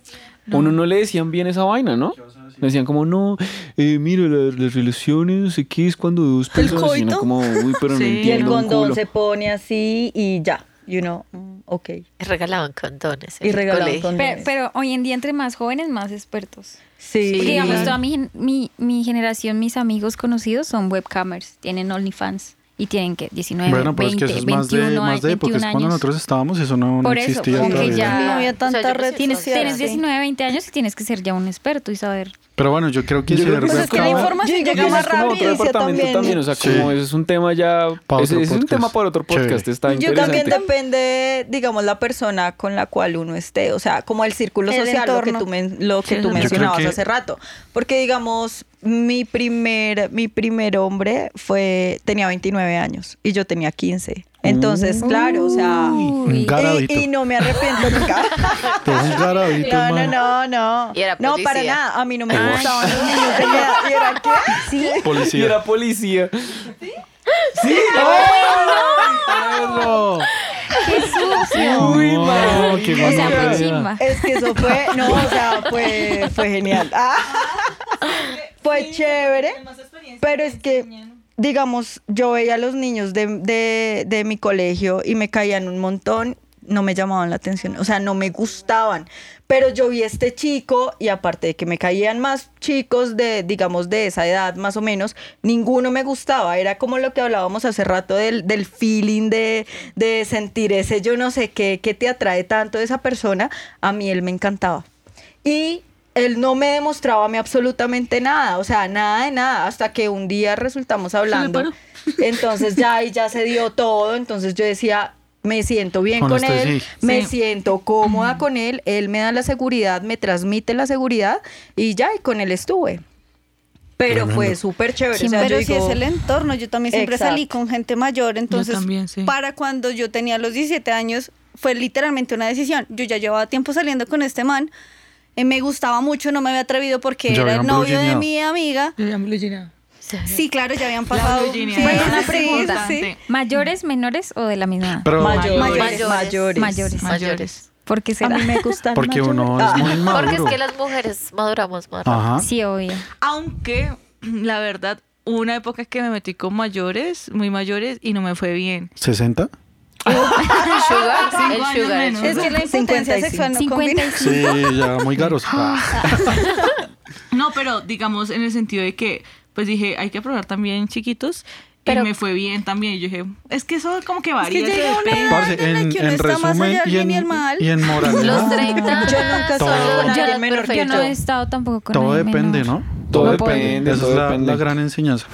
A: A uno no le decían bien esa vaina, ¿no? Le decían como, no, eh, mira, las, las relaciones, no sé qué, es cuando dos personas... Y uno
B: coito.
A: como, uy, pero no
C: Sí. Y el
B: Y el
A: entiendo un
B: condón
A: culo.
B: se pone así y ya. Y uno, mm, ok.
E: Regalaban condones. en
B: Y
E: el
B: regalaban
E: colegio.
B: condones.
G: Pero, pero hoy en día entre más jóvenes, más expertos.
B: Sí.
G: Porque digamos, toda mi, gen- mi, mi generación, mis amigos conocidos son webcamers, tienen OnlyFans y tienen que 19,
D: Bueno, pero
G: 20,
D: es que eso es más
G: 21,
D: de, más de época. Es
G: 21
D: cuando
G: años.
D: nosotros estábamos, eso no, no
G: Por eso,
D: existía
G: como que
D: todavía.
G: ya-
H: No había
E: O sea, yo
H: tanta
E: me
H: red
E: siento-
H: tienes,
E: Sí,
G: Tienes
E: sí.
G: 19, 20 años y tienes que ser ya un experto y saber.
D: Pero bueno, yo creo que
A: Yo
D: si
A: creo
D: de
A: que
H: Pues es que la
D: repente-
H: información
A: Y
H: llega
A: ese
H: más
A: es como otro
H: rápido
A: departamento
H: también.
A: también, o sea,
D: Sí.
A: como ese es un tema ya...
D: Para
A: ese ese
D: otro
A: es un
D: podcast.
A: tema para otro
D: Chévere.
A: podcast, está
B: Yo también
A: interesante.
B: depende, digamos, la persona con la cual uno esté, o sea, como el círculo
H: El
B: social, lo que
H: entorno.
B: tú, men- lo que
C: Sí,
B: tú
C: yo creo
B: mencionabas
D: que-
B: hace rato. Porque, digamos,
J: mi primer, mi primer hombre fue, tenía 29 años y yo tenía 15. Entonces, claro, o sea,
D: Un garabito.
J: y, y no me arrepiento nunca.
D: Te das un garabito,
J: No, no,
D: man.
J: no, no.
E: Y era
J: no,
E: policía.
J: para nada. A mí no me gustaban los niños de mi edad. ¿Y era qué? Sí.
A: Y
D: Policía.
A: era policía. ¿Sí?
D: ¡Perro!
G: ¡Qué sucio!
A: Uy,
D: No,
A: man.
D: qué
G: o sea,
D: gonorrea.
G: fue chimba.
J: Es que eso fue, no, o sea, fue, fue genial. Ah. Fue chévere, pero es que, digamos, yo veía a los niños de, de- de mi colegio y me caían un montón, no me llamaban la atención, o sea, no me gustaban, pero yo vi a este chico y aparte de que me caían más chicos de, digamos, de esa edad más o menos, ninguno me gustaba, era como lo que hablábamos hace rato del, del feeling de, de sentir ese yo no sé qué, que te atrae tanto de esa persona, a mí él me encantaba. Y él no me demostraba a mí absolutamente nada, o sea, nada de nada, hasta que un día resultamos hablando.
B: paró.
J: Entonces ya ahí ya se dio todo, entonces yo decía, me siento bien
D: Con
J: con,
D: este
J: él,
D: sí.
J: me
B: Sí.
J: siento cómoda con él, él me da la seguridad, me transmite la seguridad y ya, y con él estuve. Pero fue súper chévere. o sea,
H: pero
J: yo
H: si
J: digo,
H: es el entorno, yo también siempre salí
J: Exacto.
H: con gente mayor, entonces
B: también, sí.
H: para cuando yo tenía los 17 años fue literalmente una decisión. Yo ya llevaba tiempo saliendo con este man, eh, me gustaba mucho, no me había atrevido porque
D: Ya
H: era el
D: habían
H: novio de
D: brujineado.
H: mi amiga.
B: Yo ya me lo llenaba.
H: Sí, claro, ya habían pasado.
B: Virginia.
H: Sí,
B: Bueno,
H: sí,
G: una
H: sí,
G: pregunta.
H: sí.
G: ¿Mayores, menores o de la misma edad?
D: Pero
J: mayores,
H: Mayores.
J: mayores,
G: Mayores.
E: Mayores.
G: ¿Por qué
J: A
G: será?
J: mí me gustan
D: porque uno
J: mayores.
D: es muy maduro.
E: Porque es que las mujeres maduramos más. rápido.
D: Ajá.
G: Sí, obvio.
B: Aunque, la verdad, hubo una época que me metí con mayores, muy mayores, y no me fue bien.
D: ¿60?
E: Sugar, el
B: años
E: sugar. el
B: menos.
E: sugar.
H: Es que la impotencia
J: 55.
H: sexual no combina.
G: 55.
D: Sí, ya muy garos. Ah.
B: No, pero digamos en el sentido de que, pues dije, hay que probar también chiquitos.
E: Pero-
B: y me fue bien también. Y yo dije, es que eso como que
H: Es que
B: varía. eso
H: llega
B: depende.
H: una
D: Parce,
H: edad en,
D: en,
H: la que uno
D: en
H: está más
D: resumen
H: allá del
D: y
H: bien y el
D: en,
H: mal.
D: y en moralidad,
E: Los 30.
J: Yo nunca
D: Todo.
J: salí con
E: Yo
J: alguien
E: las
J: menor que
G: Yo
E: perfecto.
J: yo.
G: no he estado tampoco con
D: todo
G: nadie
D: depende,
G: menor.
D: ¿no?
A: Todo
G: No puedo.
A: depende,
D: Esa
A: todo
D: es la,
A: depende.
D: la gran enseñanza.